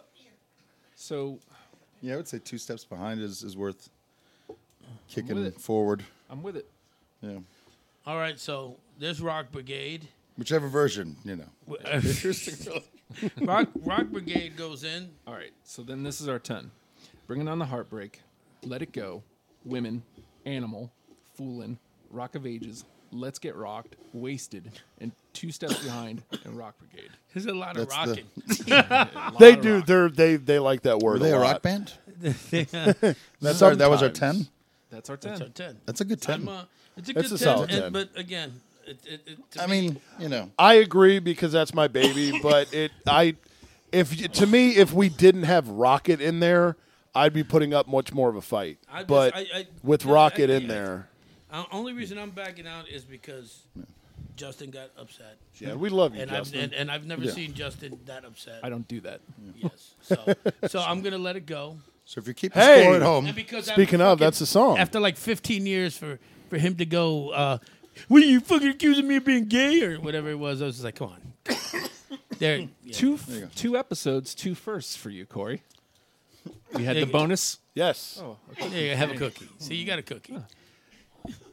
so Yeah, I would say two steps behind is, is worth kicking with it. forward. I'm with it. Yeah. All right, so there's Rock Brigade. Whichever version, you know. Rock Rock Brigade goes in. All right. So then this is our 10. Bringing on the heartbreak, let it go, women, animal, foolin', rock of ages, let's get rocked, wasted, and two steps behind, *laughs* and rock brigade. There's a lot of That's the- *laughs* rocking. They Lot of do. rock. They're they they like that word. Were they a lot. rock band? That's our, that was our 10? That's our 10. It's a ten. That's a good 10. I'm, uh, it's a That's good a 10, solid and- 10. but again, it, it, it, to I me, mean, you know. I agree because that's my *laughs* baby. but it I if y- to me if we didn't have Rocket in there, I'd be putting up much more of a fight. I just- but I- I- with no, I Rocket in can't. there, uh, only reason I'm backing out is because Justin got upset, yeah, we love you, and I've Justin. and, and I've never seen Justin that upset. I don't do that. Yes, so so I'm gonna let it go. So if you're keeping Hey! score at home, And because Speaking after of, fucking- that's the song. After like 15 years for for him to go, uh, what are you fucking accusing me of being gay or whatever it was? I was just like, come on. *laughs* there, yeah. Two two episodes, two firsts for you, Corey. We had Yeah, the yeah. bonus. yes, Oh. There you go, have a cookie. See, you got a cookie.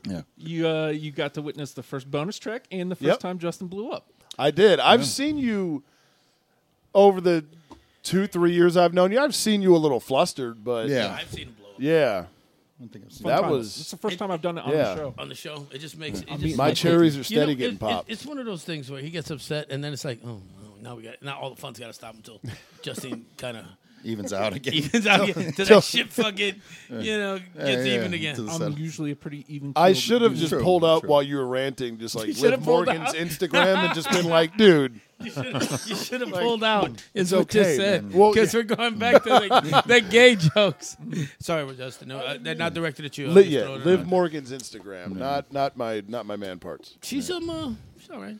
yeah. You uh, you got to witness the first bonus track and the first Yep. time Justin blew up. I did. I've seen you over the two three years I've known you. I've seen you a little flustered, but Yeah. I I've seen him blow up yeah. don't think I've seen That Time. was- it's the first time I've done it on yeah. the show. on the show. It just makes it mean, just, My it- cherries are you know, steady getting it- it- popped. It's one of those things where he gets upset and then it's like, oh, well, now we got now all the fun's got to stop until Justin kind of. Evens out again. *laughs* evens out again. Does that shit fucking, you know, gets yeah, even to again? the I'm sun. usually a pretty even. I keeled should have dude. just True, pulled up true. while you were ranting, *laughs* just like should Liv have pulled Morgan's out. Instagram, and just been *laughs* like, "Dude, You should have you should have pulled out. Is what okay, just said man. Well, because yeah. we're going back to the, the gay jokes. Sorry, Justin. No, uh, they're not directed at you. I'm Li- just yeah, throwing it Liv out there. Morgan's Instagram, not not my not my man parts. She's um, uh, she's all right.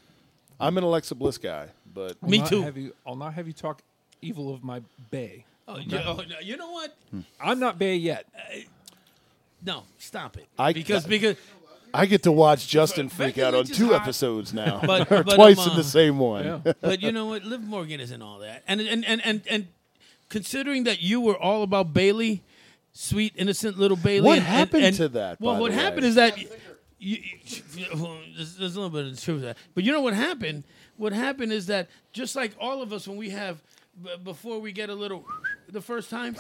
I'm an Alexa Bliss guy, but I'll Me not too. have you- I'll not have you talk evil of my bay. Oh, you, oh, no, you know what? I'm not bay yet. No, stop it. I- because because I get to watch Justin Becky freak out on Lynch is two hot. episodes *laughs* now, But- or but, twice um, in the same one. Yeah. but you know what? Liv Morgan isn't all that. And and and and, and considering that you were all about Bailey, sweet innocent little Bailey. What and- and- happened and- to that, Well, by what the way? happened is that. You, you- *laughs* well, there's, there's a little bit of truth to that, but you know what happened? What happened is that just like all of us, when we have b- before we get a little the *laughs* first time,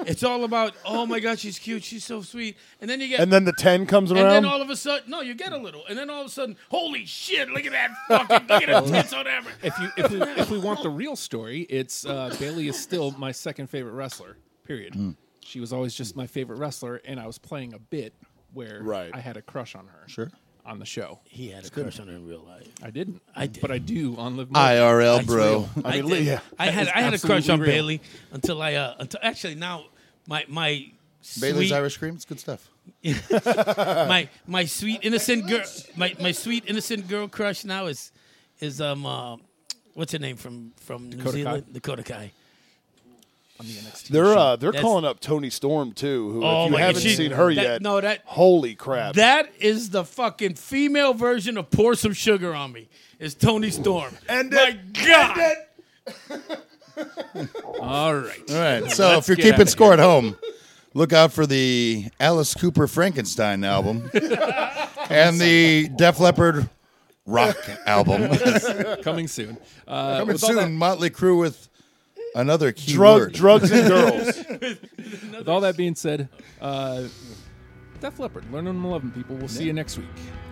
it's all about oh my god, she's cute, she's so sweet, and then you get And then the ten comes and around. then all of a sudden, no, you get a little, and then all of a sudden, holy shit! Look at that fucking *laughs* look at the tits on that. If you if we, if we want the real story, it's uh, Bailey is still my second favorite wrestler. Period. She was always just my favorite wrestler, and I was playing a bit where Right. I had a crush on her. Sure. on the show. He had a crush on her in real life. I didn't. I did. But I do on Live. Morgan. IRL, Oh, That's bro. real. I, mean, did. yeah, I had that I is had a crush on absolutely real. Bailey until I uh until actually now my my Bailey's sweet, Irish cream. It's good stuff. my my sweet innocent girl my, my sweet innocent girl crush now is is um uh, what's her name from from New Dakota Kai. Zealand Dakota Kai. on the NXT. They're uh, they're That's- calling up Tony Storm too. Who, Oh if you my God, haven't she- seen her that- yet, no, that- holy crap, That is the fucking female version of pour some sugar on me. Is Tony Storm. And my God. All right. All right. So if you're get outta keeping score at home, look out for the Alice Cooper Frankenstein album and the Def Leppard rock album. Coming soon. Uh, Coming with all soon, that- Motley Crue with another key drug word. drugs and girls. With all that being said, uh, Def Leppard, learn and love 'em, people. We'll see you next week.